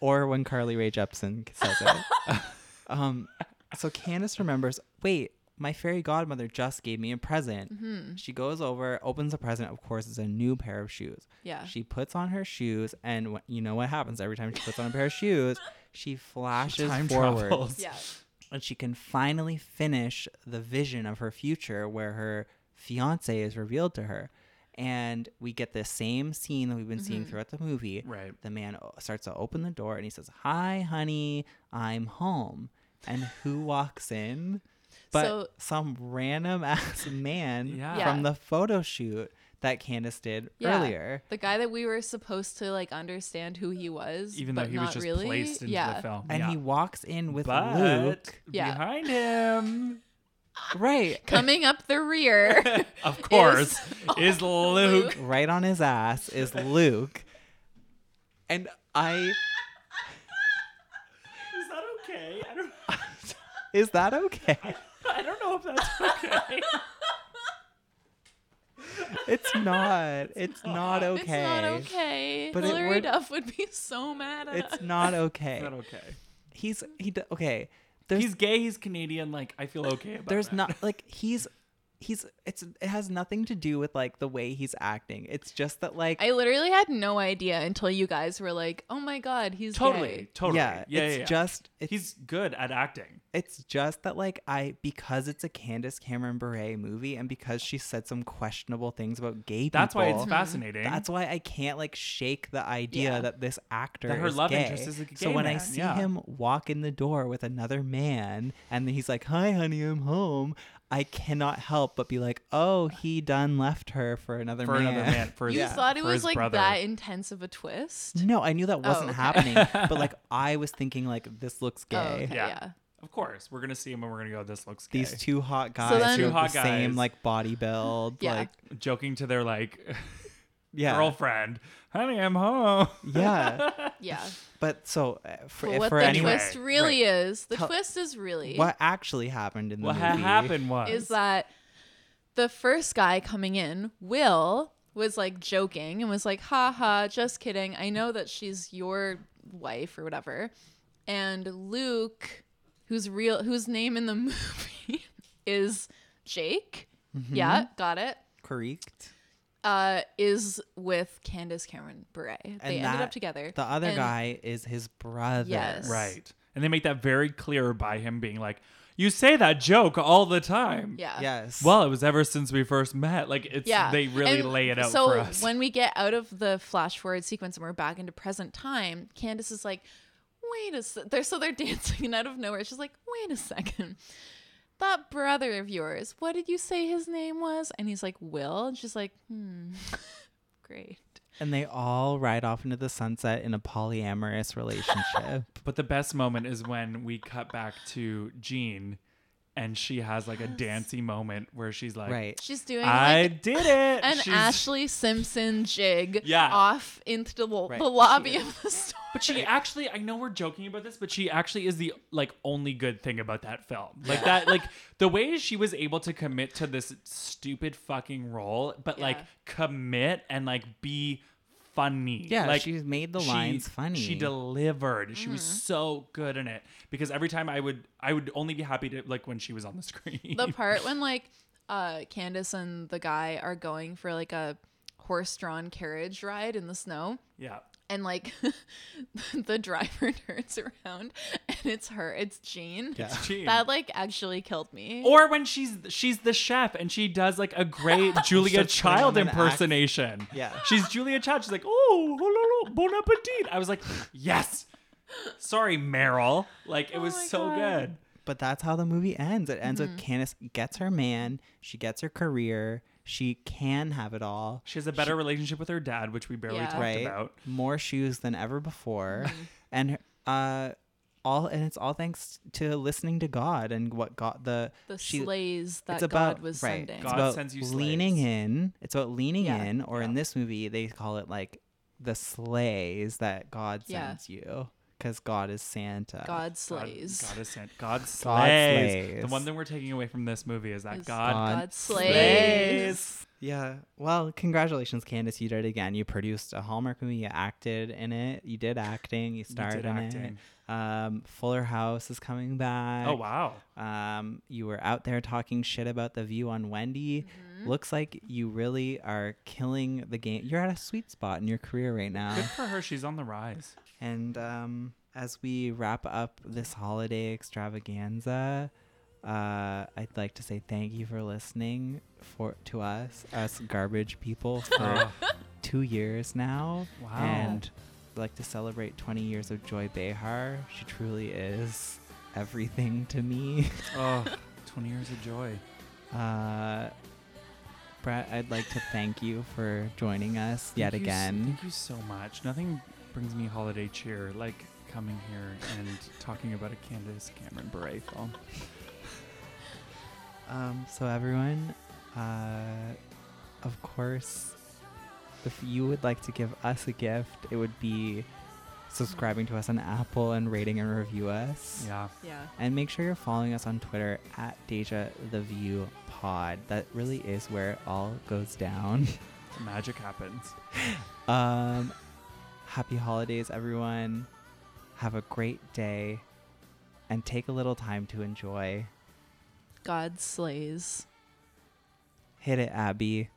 A: or when Carly Rae Jepsen says it. um, so Candace remembers, wait, my fairy godmother just gave me a present.
C: Mhm.
A: She goes over, opens the present. Of course, it's a new pair of shoes.
C: Yeah.
A: She puts on her shoes, and wh- you know what happens every time she puts on a pair of shoes? She flashes
B: time
A: forward.
B: travels.
C: yeah.
A: and she can finally finish the vision of her future where her fiance is revealed to her. And we get the same scene that we've been seeing
C: Mm-hmm.
B: Mhm.
A: throughout the movie.
B: Right.
A: The man o- starts to open the door and he says, Hi, honey, I'm home. And who walks in? But
C: So-
A: some random [laughs] ass man
C: Yeah.
A: from
C: Yeah.
A: the photo shoot that Candace did
C: Yeah.
A: earlier.
C: The guy that we were supposed to like understand who he was,
A: Even though
C: but
A: he was
C: not
A: just
C: really.
A: placed into the
C: yeah.
A: film. And he walks in with
B: But
C: [laughs]
A: Luke.
C: Yeah.
B: behind
C: [laughs]
B: him,
A: right,
C: coming up
A: [laughs]
C: the rear.
B: of course,
C: [laughs]
B: is, Luke.
A: Right on his ass is Luke. And I
B: Is that okay? I don't.
A: is that okay?
B: I don't know if that's
C: [laughs]
B: okay.
A: It's not. It's not okay.
C: It's not okay.
A: But it
C: Hillary
A: would-
C: Duff would be so mad at us.
A: It's not okay.
B: It's not okay.
A: He's he d- okay.
B: he's gay. He's Canadian. Like I feel okay about.
A: There's
B: that.
A: not like he's he's it's it has nothing to do with like the way he's acting. It's just that like
C: I literally had no idea until you guys were like, "Oh my god, he's
B: totally,
C: gay."
B: totally.
A: Yeah,
B: Yeah, yeah.
A: it's
B: yeah.
A: just-
B: he's good at acting.
A: It's just that like I because it's a Candace Cameron Bure movie and because she said some questionable things about gay people.
B: That's why it's Mhm. fascinating.
A: That's why I can't like shake the idea
B: Yeah.
A: that this actor
B: That her
A: is
B: love
A: gay.
B: interest is a
A: So
B: gay
A: when I
B: man,
A: see
B: yeah.
A: him walk in the door with another man and then he's like, "Hi honey, I'm home." I cannot help but be like, "Oh, he done left her for another
B: For
A: man."
B: another man, for
C: You
B: Yeah,
C: thought it
B: for
C: was
B: his
C: like
B: brother.
C: that intense of a
A: [laughs]
C: twist?
A: No, I knew that
C: Oh,
A: wasn't
C: okay.
A: happening, but
B: [laughs]
A: like I was thinking like this looks
B: Oh,
A: gay.
C: okay, Yeah. yeah.
B: Of course, we're gonna see him and we're gonna go. This looks gay.
A: These two hot guys
B: then-
A: who
B: Two
A: have
B: hot
A: the same
B: guys.
A: like body build,
C: Yeah.
A: like
B: joking to their like [laughs]
A: Yeah.
B: girlfriend. Honey, I'm home. [laughs]
A: Yeah.
C: Yeah.
A: But so uh, for,
C: But
A: if
C: what
A: for
C: the
A: anyone,
C: twist really is, the
A: Tell-
C: twist is really
A: what actually happened in the
B: What
A: movie?
B: ha- happened was-
C: is that the first guy coming in, Will, was like joking and was like, "Ha ha, just kidding. I know that she's your wife or whatever." And Luke, who's real, whose name in the [laughs] movie is Jake. Yeah,
A: Mhm.
C: got it.
A: correct.
C: Uh, is with Candace Cameron Bure. They ended
A: that-
C: up together.
A: The other
C: And-
A: guy is his brother.
C: Yes.
B: Right. And they make that very clear by him being like, "You say that joke all the time."
C: Yeah.
A: Yes.
B: Well, it was ever since we first met. Like it's they really
C: And
B: lay it out
C: so
B: for us.
C: when we get out of the flash forward sequence and we're back into present time, Candace is like, wait a sec. They're, so they're [laughs] dancing and out of nowhere. She's like, wait a second. That brother of yours, what did you say his name was? And he's like, Will. And she's like, hmm, [laughs] great.
A: and they all ride off into the sunset in a polyamorous relationship. [laughs]
B: But the best moment is when we cut back to Jean and she has like a dancey moment where she's like,
A: Right.
C: She's doing
B: I
C: like
B: did it.
C: an
B: She's-
C: Ashley Simpson jig
B: Yeah.
C: off into the, lo-
B: Right.
C: the lobby of the store.
B: But she actually, I know we're joking about this, but she actually is the like only good thing about that film. Like
A: [laughs]
B: that, like the way she was able to commit to this stupid fucking role, but like
A: Yeah.
B: commit and like be funny.
A: Yeah,
B: like
A: she's made the
B: she-
A: lines funny. Mm-hmm.
B: She delivered. She was so good in it because every time I would, I would only be happy to like when she was on the screen. [laughs]
C: the part when like uh Candace and the guy are going for like a horse-drawn carriage ride in the snow.
B: Yeah.
C: And like [laughs] the driver [laughs] turns around and it's her, it's Jean.
B: It's Yeah. Oh, Jean.
C: That like actually killed me.
B: Or when she's she's the chef and she does like
A: [laughs]
B: a great Julia
A: starts putting
B: Child
A: on an act.
B: impersonation.
A: Yeah.
B: She's Julia Child. She's like, oh, oh, la, la, bon appetit. I was like, yes. Sorry, Meryl. Like it was so good.
A: But that's how the movie ends. It ends
C: Mm-hmm.
A: with Candace gets her man, she gets her career, she can have it all.
B: She has a better relationship with her dad, which we barely talked about.
A: More shoes than ever before,
C: Mm-hmm.
A: and uh, all and it's all thanks to listening to God and what God the
C: The
A: she-
C: slays that
A: it's
C: God
A: about-
C: was
A: right,
C: sending.
A: it's
B: God
A: about
B: sends you
A: leaning in. It's about leaning
C: Yeah.
A: in, or in this movie they call it like the slays that God
C: Yeah.
A: sends you because God is Santa.
C: God slays.
B: God is sent. God slays.
A: slays.
B: The one thing we're taking away from this movie is that
C: Is
B: God,
A: God
C: slays.
A: Yeah. Well, congratulations, Candace. You did it again. You produced a Hallmark movie. You acted in it. You did acting. You starred
B: did
A: in
B: acting.
A: it. Um, Fuller House is coming back.
B: Oh, wow.
A: Um, you were out there talking shit about the view on Wendy.
C: Mm-hmm.
A: Looks like you really are killing the game. You're at a sweet spot in your career right now.
B: Good for her. She's on the rise.
A: And um, as we wrap up this holiday extravaganza, uh, I'd like to say thank you for listening for to us, us garbage
B: [laughs]
A: people, for two years now.
B: Wow.
A: And I'd like to celebrate 20 years of Joy Behar. She truly is everything to me. [laughs]
B: Oh, 20 years of joy.
A: Uh, Brett, I'd like to thank you for joining us yet
B: Thank you s-
A: again.
B: thank you so much. Nothing brings me holiday cheer like coming here and talking about a Candace Cameron Bure film.
A: Um, so everyone, uh, of course, if you would like to give us a gift, it would be subscribing to us on Apple and rating and review us.
B: Yeah.
C: Yeah.
A: And make sure you're following us on Twitter at Deja the View Pod. That really is where it all goes down. [laughs]
B: Magic happens.
A: Um, happy holidays, everyone. Have a great day, and take a little time to enjoy.
C: God slays.
A: Hit it, Abby.